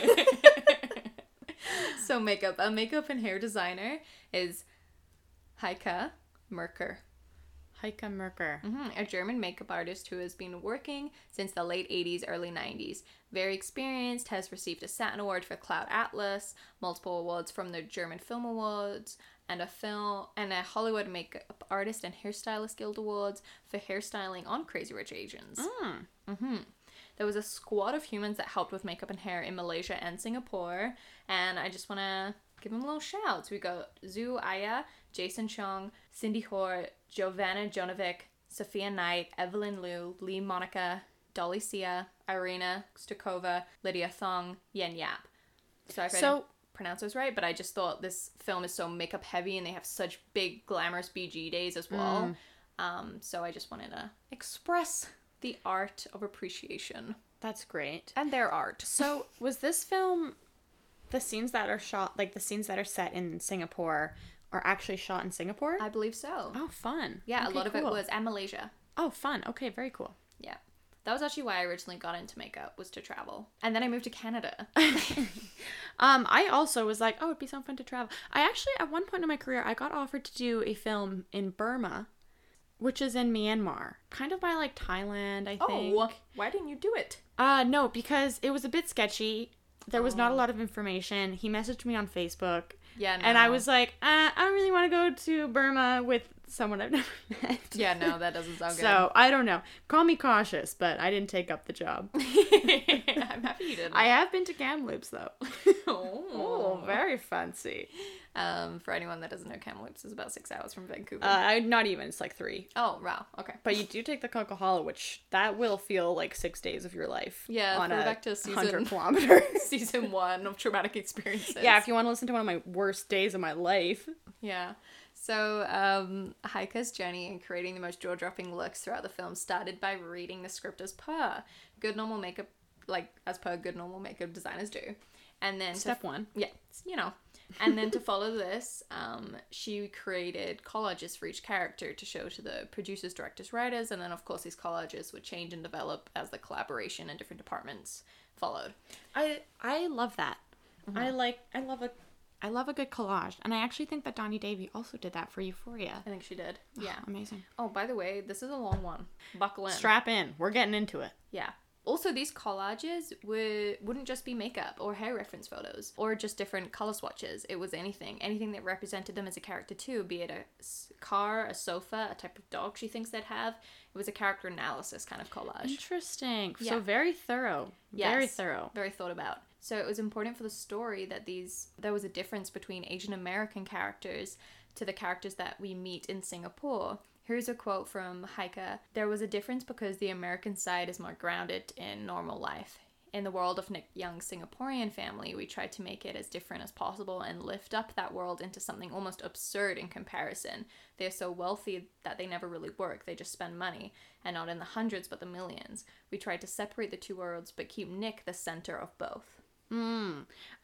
So makeup, a makeup and hair designer is Heike Merker.
Heike Merker.
hmm a German makeup artist who has been working since the late 80s, early 90s. Very experienced, has received a Saturn Award for Cloud Atlas, multiple awards from the German Film Awards, and a film and a Hollywood Makeup Artist and Hairstylist Guild Awards for hairstyling on Crazy Rich Asians. There was a squad of humans that helped with makeup and hair in Malaysia and Singapore, and I just want to give them a little shout. So we got Zhu Aya, Jason Chong, Cindy Hoare, Giovanna Jonovic, Sophia Knight, Evelyn Liu, Lee Monica, Dolly Sia, Irina Stukova, Lydia Thong, Yen Yap. So if I
So-
didn't pronounce those right, but I just thought this film is so makeup heavy and they have such big glamorous BG days as well. Um, so I just wanted to express the art of appreciation
That's great.
and their art.
So, was this film the scenes that are shot, like the scenes that are set in Singapore, are actually shot in Singapore?
I believe so.
oh, fun.
yeah, a
Okay,
lot of it
cool.
was and Malaysia.
Oh, fun. Okay, very cool.
Yeah. That was actually why I originally got into makeup was to travel. And then I moved to Canada.
Um, I also was like, oh, it'd be so fun to travel. I actually, at one point in my career, I got offered to do a film in Burma, which is in Myanmar, kind of by like Thailand, I think.
why didn't you do it?
Uh, no, because it was a bit sketchy. There was not a lot of information. He messaged me on Facebook.
Yeah,
And I
no.
was like, uh, I don't really want to go to Burma with someone I've <laughs> never met.
<laughs> Yeah,
<laughs>
no, that doesn't sound good.
So I don't know. Call me cautious, but I didn't take up the <laughs> job.
<laughs> I'm happy you didn't.
I have been to Kamloops though.
Oh.
very fancy.
Um, for anyone that doesn't know, Kamloops is about six hours from Vancouver.
Uh, I- not even. It's like three.
oh, wow. Okay.
But you do take the Coca-Cola, which that will feel like six days of your life.
Yeah,
on
throw
a
back to season-
hundred <laughs>
<laughs>
kilometers.
Season one of traumatic experiences.
yeah, if you want to listen to one of my worst days of my life.
Yeah. So, um, Heike's journey in creating the most jaw dropping looks throughout the film started by reading the script as per good normal makeup, like as per good normal makeup designers do. And then to-
Step one.
yeah, it's- you know. And then to follow this, um, she created collages for each character to show to the producers, directors, writers, and then of course these collages would change and develop as the collaboration in different departments followed.
I I love that. I like. I love a. I love a good collage, and I actually think that Donnie Davy also did that for Euphoria.
I think she did. Yeah.
Amazing.
Oh, by the way, this is a long one. Buckle in.
Strap in. We're getting into it.
Yeah. Also, these collages were, wouldn't just be makeup or hair reference photos or just different color swatches. It was anything, anything that represented them as a character too, be it a s- car, a sofa, a type of dog she thinks they'd have. It was a character analysis kind of collage.
Interesting.
Yeah.
So very thorough. Very
Yes.
thorough.
Very thought about. So it was important for the story that these there was a difference between Asian American characters to the characters that we meet in Singapore. Here's a quote from Heike. There was a difference because the American side is more grounded in normal life. In the world of Nick Young's Singaporean family, we tried to make it as different as possible and lift up that world into something almost absurd in comparison. They're so wealthy that they never really work, they just spend money, and not in the hundreds but the millions. We tried to separate the two worlds but keep Nick the center of both.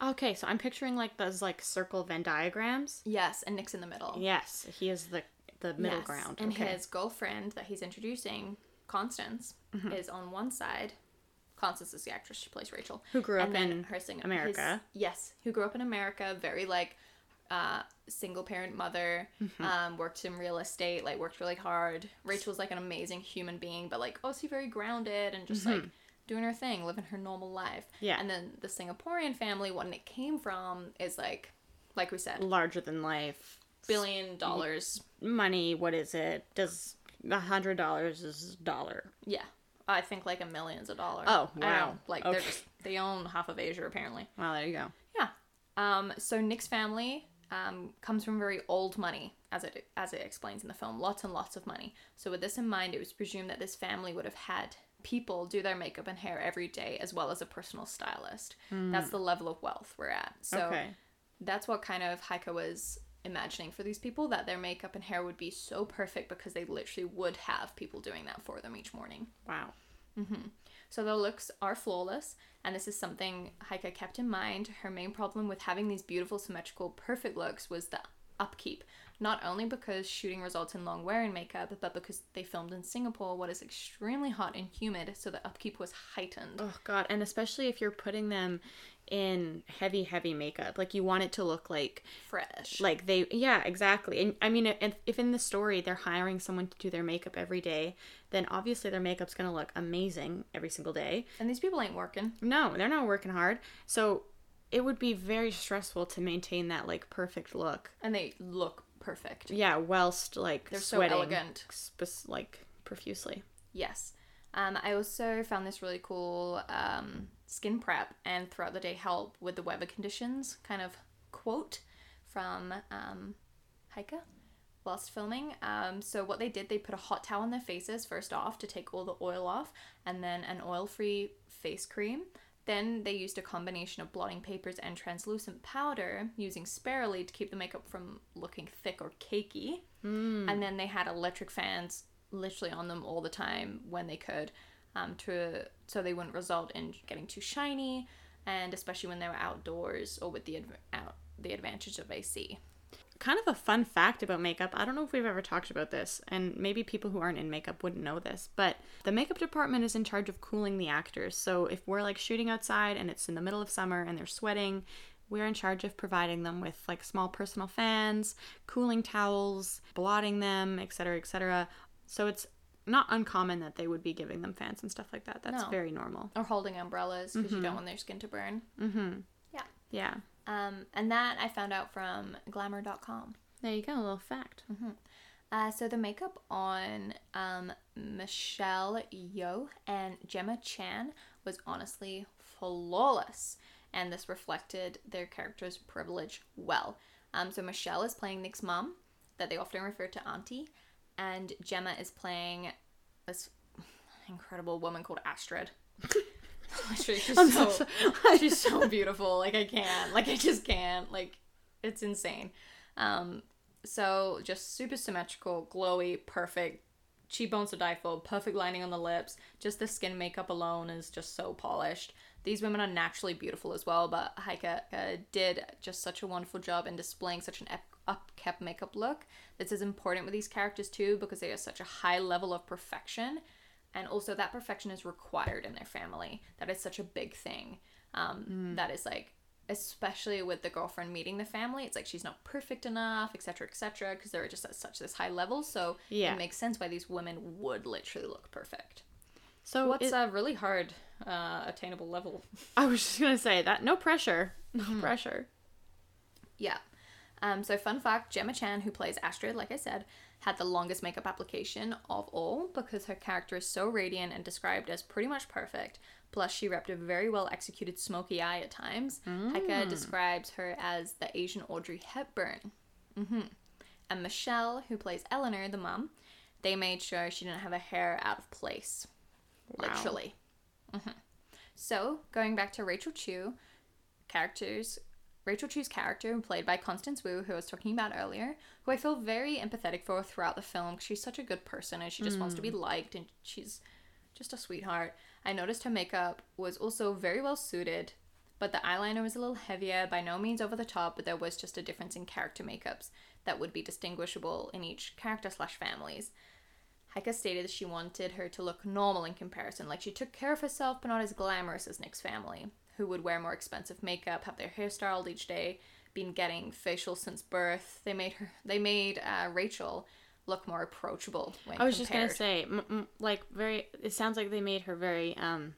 Okay, so I'm picturing like those like circle Venn diagrams.
Yes, and Nick's in the middle.
Yes, he is the the middle
Yes,
ground.
And
okay.
his girlfriend that he's introducing, Constance,
Mm-hmm.
is on one side. Constance is the actress she plays Rachel,
Who grew
and
up
then
in
her sing- his-
America.
yes, who grew up in America, very like uh, single parent mother,
Mm-hmm.
um, worked in real estate, like worked really hard. Rachel's like an amazing human being, but like also very grounded and just like doing her thing, living her normal life.
Mm-hmm. Yeah.
And then the Singaporean family, when it came from, is like, like we said,
larger than life
billion dollars
money. What is it? Does a hundred dollars is a dollar?
Yeah. I think like a million's a dollar.
Oh,
I don't know.
wow.
Like they're
Okay.
just they own half of Asia apparently.
Wow, there you go.
Yeah. Um so Nick's family um comes from very old money as it as it explains in the film, lots and lots of money. So with this in mind, it was presumed that this family would have had people do their makeup and hair every day as well as a personal stylist. That's the level of wealth we're at. So
Hmm. okay.
that's what kind of Heike was imagining for these people that their makeup and hair would be so perfect because they literally would have people doing that for them each morning.
Wow.
So the looks are flawless, and this is something Heike kept in mind. Her main problem with having these beautiful, symmetrical, perfect looks was the upkeep. Not only because shooting results in long wearing makeup, but because they filmed in Singapore, what is extremely hot and humid, so the upkeep was heightened.
Oh god, and especially if you're putting them in heavy heavy makeup, like you want it to look like
Fresh.
like they yeah, exactly. And I mean if, if in the story they're hiring someone to do their makeup every day, then obviously their makeup's going to look amazing every single day.
And these people ain't working.
No, they're not working hard. So it would be very stressful to maintain that like perfect look.
And they look perfect.
Yeah, whilst like
They're so
sweating
elegant.
spec- like profusely.
Yes. Um, I also found this really cool um, skin prep and throughout the day help with the weather conditions kind of quote from um, Heike whilst filming. Um, so, what they did, they put a hot towel on their faces first off to take all the oil off, and then an oil free face cream. Then they used a combination of blotting papers and translucent powder, using sparingly to keep the makeup from looking thick or cakey and then they had electric fans literally on them all the time when they could um, to so they wouldn't result in getting too shiny and especially when they were outdoors or with the adv- out the advantage of AC.
kind of a fun fact about makeup. I don't know if we've ever talked about this, and maybe people who aren't in makeup wouldn't know this, but the makeup department is in charge of cooling the actors. So if we're like shooting outside and it's in the middle of summer and they're sweating, we're in charge of providing them with like small personal fans, cooling towels, blotting them, etc., etc. So it's not uncommon that they would be giving them fans and stuff like that. That's
No.
very normal.
Or holding umbrellas because you don't want their skin to burn.
Yeah.
Um, and that I found out from glamour.com.
There you go, a little fact.
Uh, so the makeup on um, Michelle Yeoh and Gemma Chan was honestly flawless, and this reflected their characters' privilege well. Um, so Michelle is playing Nick's mom, that they often refer to Auntie, and Gemma is playing this incredible woman called Astrid. <laughs> Literally, she's so, <laughs> she's so beautiful. Like I can't. Like I just can't. Like it's insane. Um, so just super symmetrical, glowy, perfect. Cheekbones to die for, perfect lining on the lips. Just the skin makeup alone is just so polished. These women are naturally beautiful as well, but Heike uh, did just such a wonderful job in displaying such an ep- upkept makeup look. This is important with these characters too because they are such a high level of perfection, and also that perfection is required in their family. That is such a big thing. Um, That is like especially with the girlfriend meeting the family it's like she's not perfect enough etc etc because they're just at such this high level so
Yeah.
it makes sense why these women would literally look perfect
So
what's
it-
a really hard uh, attainable level
I was just gonna say that no pressure. No pressure.
yeah um, so fun fact gemma chan who plays astrid like i said had the longest makeup application of all because her character is so radiant and described as pretty much perfect plus she repped a very well executed smoky eye at times heike describes her as the asian audrey hepburn Mm-hmm. and Michelle, who plays Eleanor, the mum, they made sure she didn't have her hair out of place. Literally. hmm So, going back to Rachel Chu, characters, Rachel Chu's character, played by Constance Wu, who I was talking about earlier, who I feel very empathetic for throughout the film. 'cause She's such a good person and she just wants to be liked and she's just a sweetheart. I noticed her makeup was also very well suited, but the eyeliner was a little heavier, by no means over the top, but there was just a difference in character makeups that would be distinguishable in each character slash families. Heike stated that she wanted her to look normal in comparison, like she took care of herself, but not as glamorous as Nick's family, who would wear more expensive makeup, have their hair styled each day, been getting facial since birth. They made her, they made uh, Rachel look more approachable. When
I was just gonna
compared.
say, m- m- like, very. It sounds like they made her very, um,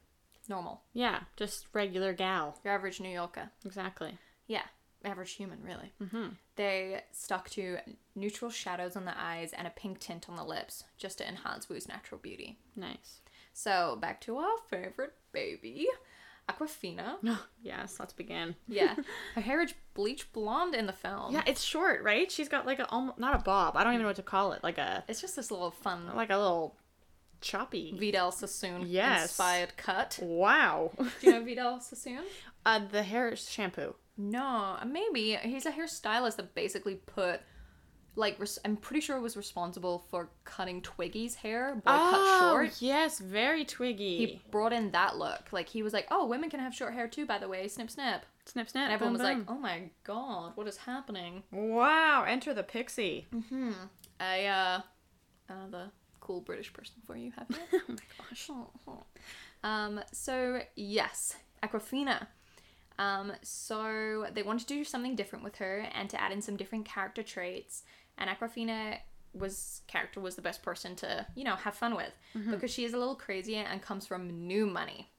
normal,
yeah, just regular gal.
your average New Yorker.
Exactly.
Yeah, average human, really. Mm-hmm. They stuck to neutral shadows on the eyes and a pink tint on the lips just to enhance Wu's natural beauty.
Nice.
So, back to our favorite baby,
<laughs>
Aquafina.
<sighs> yes, let's begin.
Yeah, her hair is bleach blonde in the film.
Yeah, it's short, right? She's got like a almost not a bob. I don't even know what to call it. Like a
it's just this little fun
like a little choppy.
Vidal Sassoon
Yes.
inspired
<laughs>
cut.
Wow.
Do you know Vidal Sassoon?
uh, the hair shampoo.
No, maybe he's a hairstylist that basically put like res- I'm pretty sure was responsible for cutting Twiggy's hair, boy cut
Oh,
short.
yes, very twiggy.
He brought in that look. Like he was like, "Oh, women can have short hair too." By the way, snip snip.
snip, snip.
And everyone
boom,
was
boom.
like, "Oh my god, what is happening?"
wow, enter the pixie.
I uh, another cool British person for you, haven't I?
<laughs> oh my gosh.
<laughs> Um, so yes, Aquafina. Um, so they wanted to do something different with her and to add in some different character traits. And Aquafina was character was the best person to you know have fun with
Mm-hmm.
because she is a little crazier and comes from new money,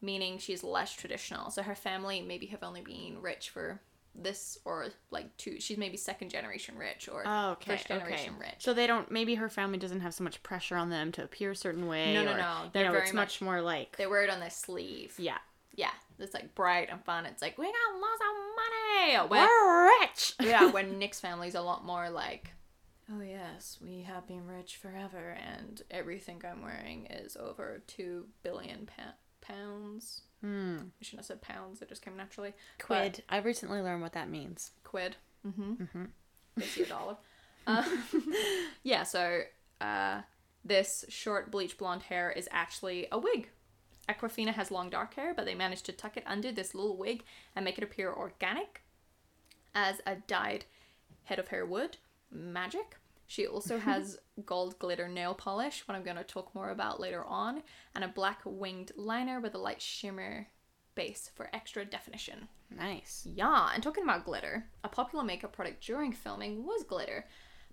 meaning she's less traditional. So her family maybe have only been rich for this or like two. She's maybe second generation rich or
Oh, okay.
first generation
okay.
rich.
So they don't. Maybe her family doesn't have so much pressure on them to appear a certain way.
No, no,
or,
no,
You
they're
know,
very
it's much more like.
They wear it on their sleeve.
yeah.
yeah, it's like bright and fun. It's like we got lots of money. Where, <laughs>
We're rich.
yeah, when Nick's family's a lot more like, oh yes, we have been rich forever, and everything I'm wearing is over two billion pa- pounds.
Hmm.
I shouldn't have said pounds; it just came naturally. But
Quid. I recently learned what that means.
quid. Mm-hmm. Gives you a dollar. Uh, <laughs> yeah. So uh, this short bleach blonde hair is actually a wig. Aquafina has long dark hair, but they managed to tuck it under this little wig and make it appear organic, as a dyed head of hair would magic. She also has gold glitter nail polish, what I'm going to talk more about later on, and a black winged liner with a light shimmer base for extra definition.
Nice.
Yeah, and talking about glitter, a popular makeup product during filming was glitter.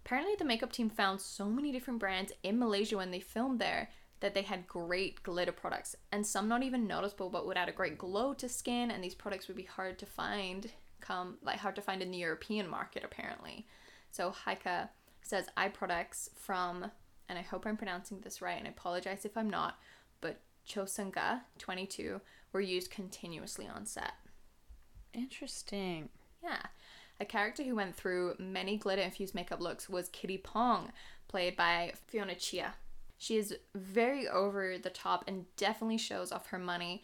Apparently, the makeup team found so many different brands in Malaysia when they filmed there that they had great glitter products, and some not even noticeable but would add a great glow to skin, and these products would be hard to find come like hard to find in the European market apparently. So Heike says eye products from and I hope I'm pronouncing this right and I apologize if I'm not, but Chosunga 22 were used continuously on set.
Interesting.
Yeah. A character who went through many glitter infused makeup looks was Kitty Pong, played by Fiona Chia. She is very over the top and definitely shows off her money,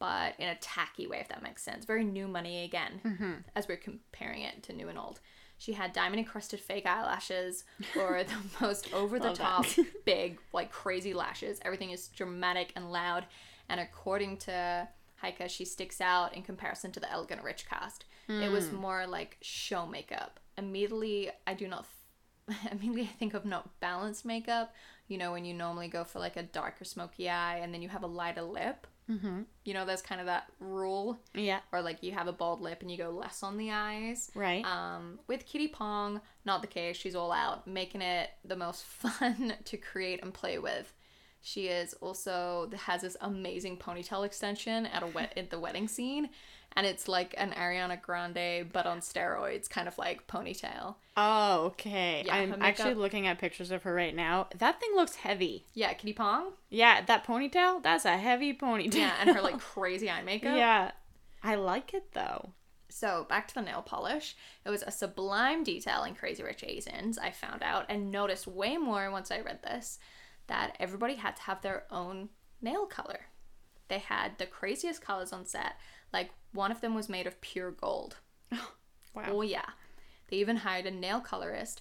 but in a tacky way, if that makes sense. Very new money again, as we're comparing it to new and old. She had diamond encrusted fake eyelashes or the
<laughs>
most over the
Love that. <laughs>
top, big, like crazy lashes. Everything is dramatic and loud. And according to Heike, she sticks out in comparison to the Elegant Rich cast. It was
Hmm.
more like show makeup. Immediately, I do not. <laughs> Immediately, I think of not balanced makeup. You know, when you normally go for like a darker smoky eye and then you have a lighter lip. Mm-hmm. You know, there's kind of that rule.
Yeah.
Or like you have a bald lip and you go less on the eyes.
Right.
Um, with Kitty Pong, not the case. She's all out, making it the most <laughs> fun to create and play with. She is also has this amazing ponytail extension at a wet at the wedding scene, and it's like an Ariana Grande but on steroids, kind of like ponytail.
oh, okay.
Yeah, her
I'm
makeup-
actually looking at pictures of her right now. That thing looks heavy.
Yeah, Kitty Pong.
Yeah, that ponytail. That's a heavy ponytail.
Yeah,
<laughs>
and her like crazy eye makeup.
yeah. I like it though.
So back to the nail polish. It was a sublime detail in Crazy Rich Asians, I found out and noticed way more once I read this that everybody had to have their own nail color. They had the craziest colors on set. Like one of them was made of pure gold.
Wow.
Oh yeah. They even hired a nail colorist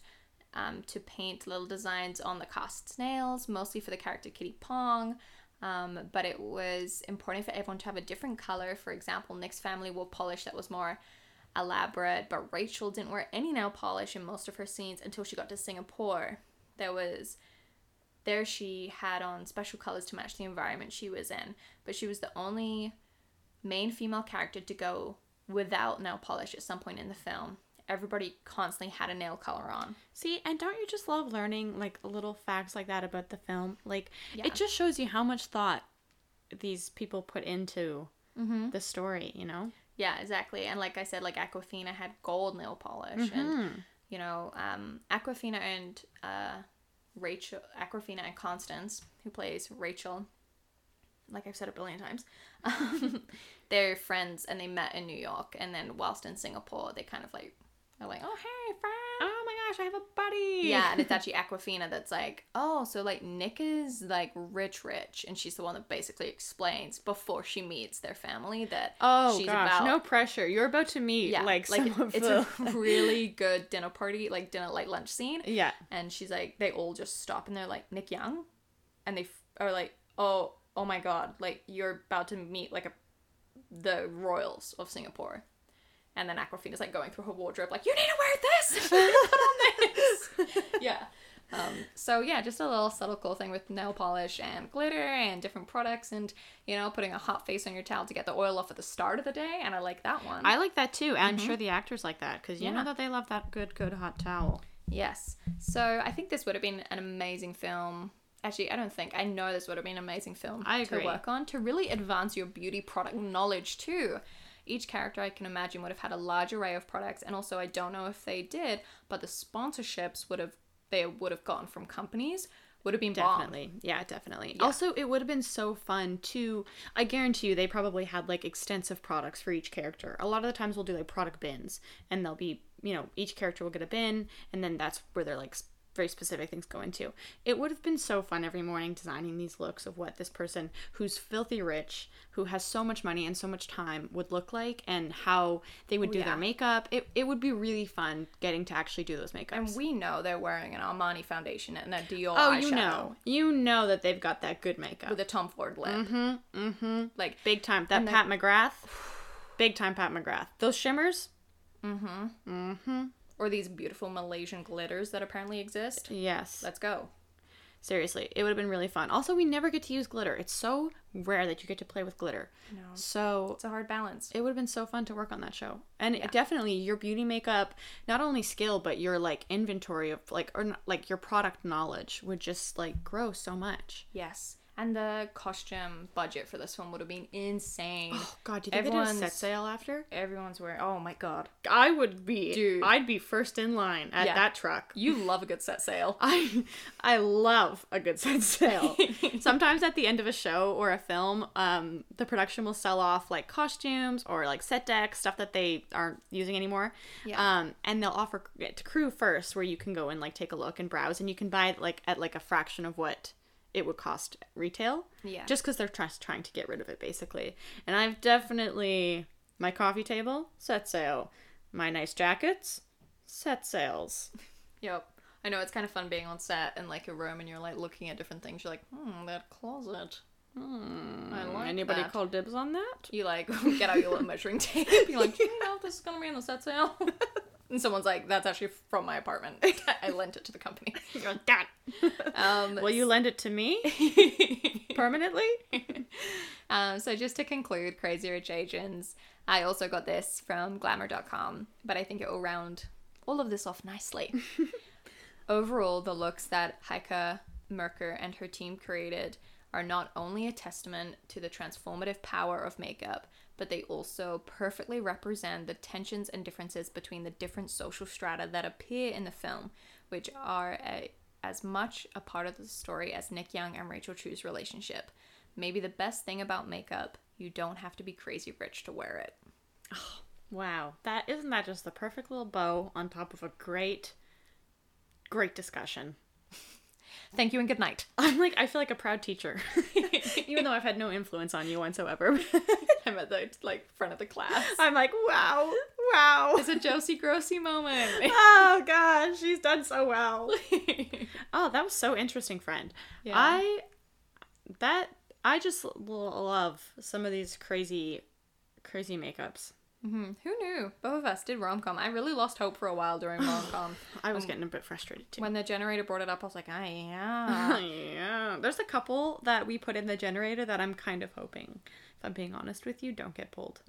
um, to paint little designs on the cast's nails, mostly for the character Kitty Pong. Um, but it was important for everyone to have a different color. For example, Nick's family wore polish that was more elaborate, but Rachel didn't wear any nail polish in most of her scenes until she got to Singapore. There was there she had on special colors to match the environment she was in, but she was the only main female character to go without nail polish at some point in the film. Everybody constantly had a nail color on.
See, and don't you just love learning like little facts like that about the film? Like
Yeah.
it just shows you how much thought these people put into
Mm-hmm.
the story, you know?
Yeah, exactly. And like I said, like Aquafina had gold nail polish,
Mm-hmm.
and you know, um, Aquafina and uh, Rachel, Aquafina and Constance, who plays Rachel, like I've said a billion times, <laughs> um, they're friends, and they met in New York, and then whilst in Singapore, they kind of like, they're like, oh hey, friend.
Oh my gosh, I have a buddy.
"Oh, Yeah, and it's actually Aquafina that's like, oh, so like Nick is like rich, rich, and she's the one that basically explains before she meets their family that
Oh
she's
gosh,
about
no pressure. You're about to meet
yeah,
like, some of
it's
the <laughs>
a really good dinner party, like dinner like lunch scene,
yeah.
and she's like, they all just stop and they're like Nick Young, and they f- are like, oh, oh my god, like you're about to meet like a the royals of Singapore. And then Aquafina's like going through her wardrobe, like, you need to wear this! Put on this! <laughs> yeah. Um, so yeah, just a little subtle cool thing with nail polish and glitter and different products and you know putting a hot face on your towel to get the oil off at the start of the day and I like that one.
I like that too. and I'm sure the actors like that because you
Mm-hmm. Yeah.
know that they love that good, good hot towel.
yes. So I think this would have been an amazing film. Actually, I don't think I know this would have been an amazing film
I
to
agree.
work on to really advance your beauty product knowledge too. Each character I can imagine would have had a large array of products and also I don't know if they did, but the sponsorships would have they would have gotten from companies would have been bomb.
Definitely. Yeah, definitely. Also, it would have been so fun to. I guarantee you, they probably had like extensive products for each character. A lot of the times, we'll do like product bins, and they'll be, you know, each character will get a bin, and then that's where they're like s- very specific things go into. It would have been so fun every morning designing these looks of what this person who's filthy rich, who has so much money and so much time, would look like, and how they would
Oh,
do
yeah.
their makeup. It, it would be really fun getting to actually do those makeups.
And we know they're wearing an Armani foundation and a Dior
Oh,
eyeshadow
you know, you know that they've got that good makeup.
with a Tom Ford lip.
Mm-hmm.
Like
Big time. That Pat McGrath. Big time Pat McGrath. Those shimmers.
or these beautiful Malaysian glitters that apparently exist.
Yes.
Let's go.
Seriously, it would have been really fun. Also, we never get to use glitter. It's so rare that you get to play with glitter.
No.
So
It's a hard balance.
it would have been so fun to work on that show. And definitely your beauty makeup, not only skill, but your like inventory of like or n- like your product knowledge would just like grow so much.
Yes. And the costume budget for this one would have been <sighs> insane.
Oh god, do you think they did a
Everyone's-
set sale after?
Everyone's wearing oh my god.
I would be
Dude.
I'd be first in line at
Yeah.
that truck.
You love a good set <laughs> sale.
<laughs> I I love a good
<laughs>
set sale. Sometimes at the end of a show or a film, um, the production will sell off like costumes or like set decks, stuff that they aren't using anymore.
Yeah.
Um, and they'll offer it to crew first, where you can go and like take a look and browse, and you can buy it like at like a fraction of what it would cost retail.
Yeah.
Just because they're try- trying to get rid of it, basically. And I've definitely my coffee table set sale, my nice jackets set sales.
Yep. I know it's kind of fun being on set in like a room and you're like looking at different things. You're like, hmm, that closet. Hmm. I like
Anybody
that.
call dibs on that?
you like <laughs> get out your little measuring <laughs> tape. You're like, do you know if this is gonna be on the set <laughs> sale? and someone's like, that's actually from my apartment. <laughs> I lent it to the <laughs> company.
God.
Um,
Will you lend it to me permanently?
um, so just to conclude, Crazy Rich Asians. I also got this from Glamour.com, but I think it will round all of this off nicely. Overall, the looks that Heike Merker and her team created are not only a testament to the transformative power of makeup, but they also perfectly represent the tensions and differences between the different social strata that appear in the film, which are a, as much a part of the story as Nick Young and Rachel Chu's relationship. Maybe the best thing about makeup, you don't have to be crazy rich to wear it.
Wow, that isn't that just the perfect little bow on top of a great, great discussion. <laughs>
Thank you and good night. <laughs>
I'm like, I feel like a proud teacher, <laughs> even though I've had no influence on you whatsoever. <laughs>
I'm at the like front of the class.
I'm like, wow, wow.
<laughs> It's a Josie Grossi moment. <laughs>
Oh gosh, she's done so well.
Hmm,
Oh, that was so interesting, friend.
Yeah.
I that I just l- love some of these crazy, crazy makeups.
Mhm. Who knew? Both of us did rom com. I really lost hope for a while during rom com.
I was getting a bit frustrated too.
when the generator brought it up, I was like, ah, yeah.
<laughs> yeah. There's a couple that we put in the generator that I'm kind of hoping, if I'm being honest with you, don't get pulled.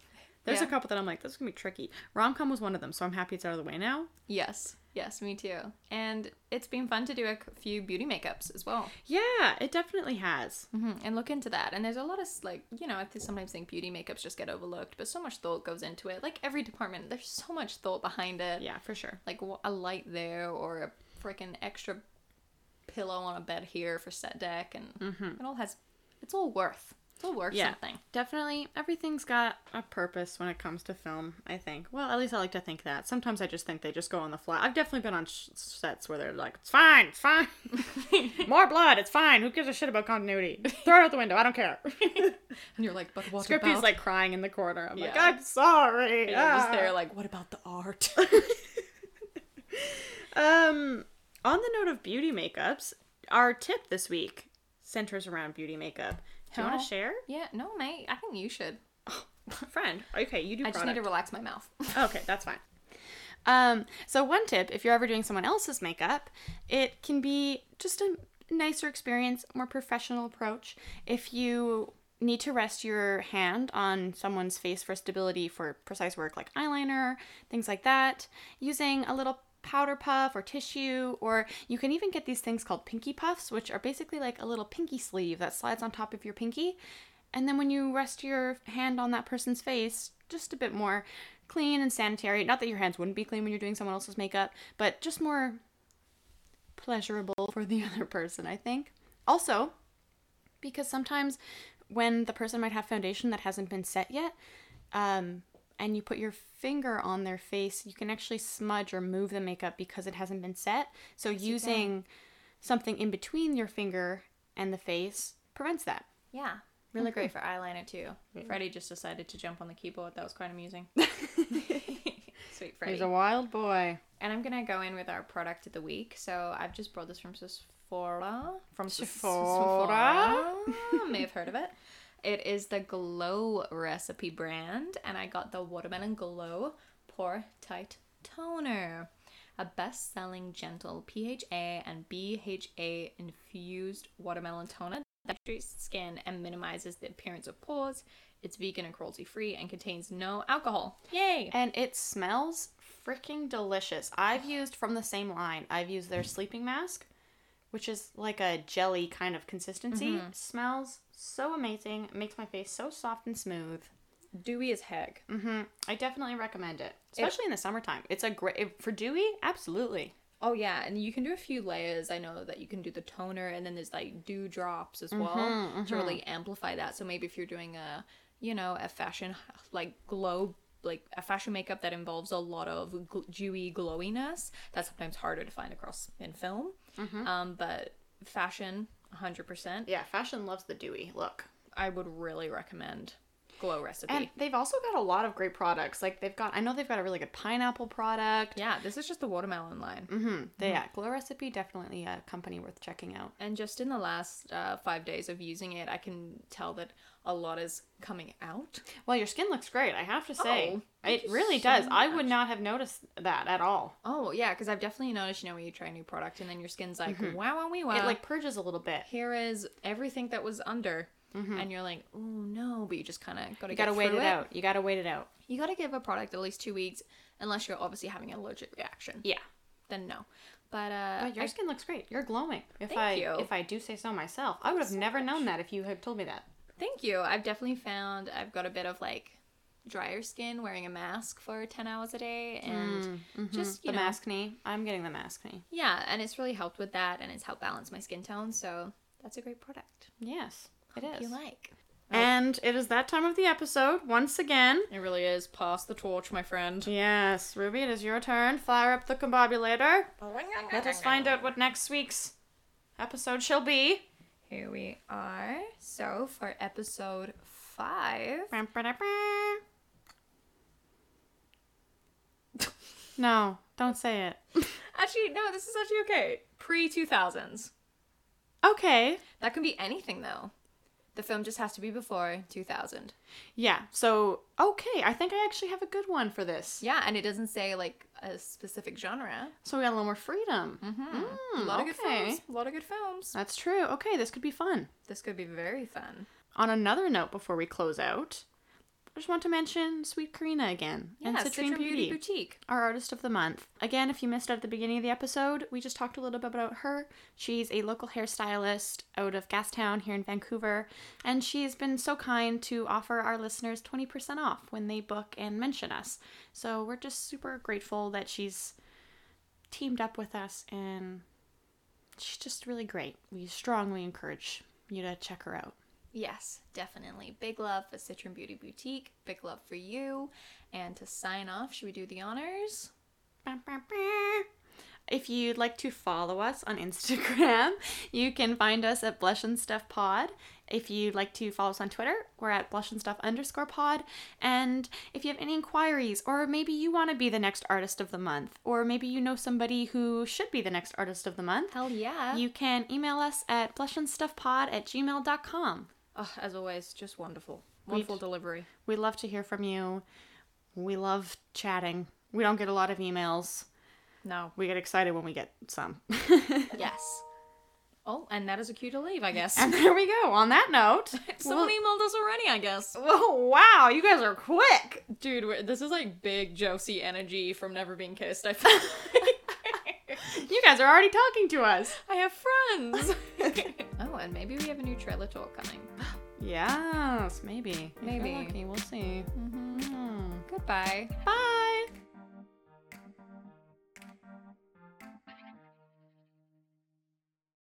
There's a
Yeah.
couple that I'm like, this is gonna be tricky. Rom com was one of them, so I'm happy it's out of the way now.
yes, yes, me too. And it's been fun to do a c- few beauty makeups as well.
Yeah, it definitely has.
hmm And look into that. And there's a lot of, s- like, you know, I th- sometimes think beauty makeups just get overlooked, but so much thought goes into it. Like, every department, there's so much thought behind it.
<laughs> Yeah, for sure.
Like, wh- a light there or a freaking extra Mm-hmm. pillow on a bed here for set deck. And it all has, it's all worth. We'll work
Yeah.
something.
Definitely, everything's got a purpose when it comes to film, I think. Well, at least I like to think that. Sometimes I just think they just go on the fly. I've definitely been on sh- sets where they're like, it's fine, it's <laughs> fine. More blood, it's fine. Who gives a shit about <laughs> continuity? Throw it out the window, I don't care. <laughs>
And you're like, but what
Scripty's
about?
like crying in the corner. I'm like,
Yeah.
I'm sorry.
And you're just
ah."
there, like, what about the art?
Um, on the note of beauty makeups, our tip this week centers around beauty makeup. Do you want
Yeah.
to share?
Yeah, no, mate. I think you should.
Friend. Okay, you do
I just need
product.
to relax my mouth. <laughs>
Okay, that's fine. Um, so one tip, if you're ever doing someone else's makeup, it can be just a nicer experience, more professional approach. If you need to rest your hand on someone's face for stability for precise work like eyeliner, things like that, using a little powder puff or tissue, or you can even get these things called pinky puffs, which are basically like a little pinky sleeve that slides on top of your pinky. And then when you rest your hand on that person's face, just a bit more clean and sanitary. Not that your hands wouldn't be clean when you're doing someone else's makeup, but just more pleasurable for the <laughs> other person, I think. Also, because sometimes when the person might have foundation that hasn't been set yet, um, and you put your finger on their face, you can actually smudge or move the makeup because it hasn't been set. So using something in between your finger and the face prevents that.
Yeah. Really <laughs> great for eyeliner too. Freddie just decided to jump on the keyboard. That was quite <laughs> amusing. Sweet Freddie.
wild boy.
And I'm gonna go in with our product of the week. So I've just brought this from Sephora. From S-
Sephora?
Sephora. <laughs> May have heard of it. It is the Glow recipe brand, and I got the Watermelon Glow Pore Tight Toner, a best-selling gentle PHA and BHA infused watermelon toner that hydrates the skin and minimizes the appearance of pores. It's vegan and cruelty-free and contains no alcohol. Yay!
And it smells freaking delicious. I've used from the same line. I've used their sleeping mask, which is like a jelly kind of consistency. Smells so amazing. It makes my face so soft and smooth.
Dewy as heck.
hmm I definitely recommend it, especially in the summertime. It's a great if- for dewy. Absolutely.
Oh yeah, and you can do a few layers. I know that you can do the toner, and then there's like dew drops as well
Mm-hmm,
to really amplify that. So maybe if you're doing a, you know, a fashion like glow, like a fashion makeup that involves a lot of gl- dewy glowiness, that's sometimes harder to find across in film.
Mm-hmm.
Um, but fashion, 100%,
Yeah, fashion loves the dewy look.
I would really recommend Glow Recipe.
And they've also got a lot of great products. Like they've got, I know they've got a really good pineapple product.
yeah, this is just the watermelon line.
Mm-hmm. They, yeah, Glow Recipe definitely a company worth checking out.
And just in the last uh, five days of using it, I can tell that a lot is coming out.
Well, your skin looks great. I have to say,
Oh, thank
it
you
really
so
does. I would
much.
not have noticed that at all.
Oh yeah, because I've definitely noticed. You know, when you try a new product, and then your skin's like, wow, wow, wee, wow.
Mm-hmm. it like purges a little bit.
here is everything that was under, and you're like, oh no, but you just kind of got to
Mm-hmm. You gotta wait it, out. You gotta wait it out.
You gotta give a product at least two weeks, unless you're obviously having an allergic reaction.
Yeah.
Then no. But uh,
But your
I-
skin looks great. You're glowing. If
Thank
I
you.
if I do say so myself, I would have never known that if you had told me that.
thank you. I've definitely found I've got a bit of like drier skin wearing a mask for ten hours a day, and just you
Mm, mm-hmm. the
know,
mask knee. I'm getting the mask knee.
Yeah, and it's really helped with that, and it's helped balance my skin tone. So that's a great product.
Yes, it
If
is.
you like.
And it is that time of the episode once again.
it really is. Pass the torch, my friend.
Yes, Ruby, it is your turn. Fire up the combobulator. Let us find out what next week's episode shall be.
Here we are. So for episode five,
<laughs> No, don't say it.
actually no, this is actually okay. Pre two thousands.
Okay.
That can be anything though. The film just has to be before two thousand.
Yeah. So, okay, I think I actually have a good one for this.
Yeah, and it doesn't say like a specific genre.
So we got a little more freedom.
Mm-hmm. a
Hmm,
Mm,
lot of good
okay.
films. A lot of good films.
That's true. Okay, this could be fun.
This could be very fun.
On another note, before we close out, I just want to mention Sweet Karina again and
Yeah,
Citrine
Citrine
Beauty.
Boutique.
our artist of the month. Again, if you missed out at the beginning of the episode, we just talked a little bit about her. She's a local hairstylist out of Gastown here in Vancouver, and she has been so kind to offer our listeners 20% off when they book and mention us. So we're just super grateful that she's teamed up with us, and she's just really great. We strongly encourage you to check her out.
Yes, definitely. Big love for Citron Beauty Boutique. Big love for you. And to sign off, should we do the honors?
If you'd like to follow us on <laughs> Instagram, you can find us at Blush and Stuff Pod. If you'd like to follow us on Twitter, we're at Blush and Stuff underscore pod. And if you have any inquiries, or maybe you want to be the next artist of the month, or maybe you know somebody who should be the next artist of the month,
Hell yeah.
you can email us at blushandstuffpod at gmail.com.
Oh, as always, just wonderful. Wonderful delivery.
We love to hear from you. We love chatting. We don't get a lot of emails.
No.
We get excited when we get some.
<laughs> Yes. Oh, and that is a cue to leave, I guess.
<laughs> and there we go. On that note,
<laughs> Someone emailed us already, I guess.
<laughs> oh wow, you guys are quick.
Dude, we're- this is like big Josie energy from Never Being Kissed.
<laughs>
I feel like.
You guys are already talking to us.
I have <laughs> friends.
Oh, and maybe we have a new trailer talk coming.
Yes, maybe. If you're
Maybe.
lucky, we'll see. Mm.
Goodbye.
Bye.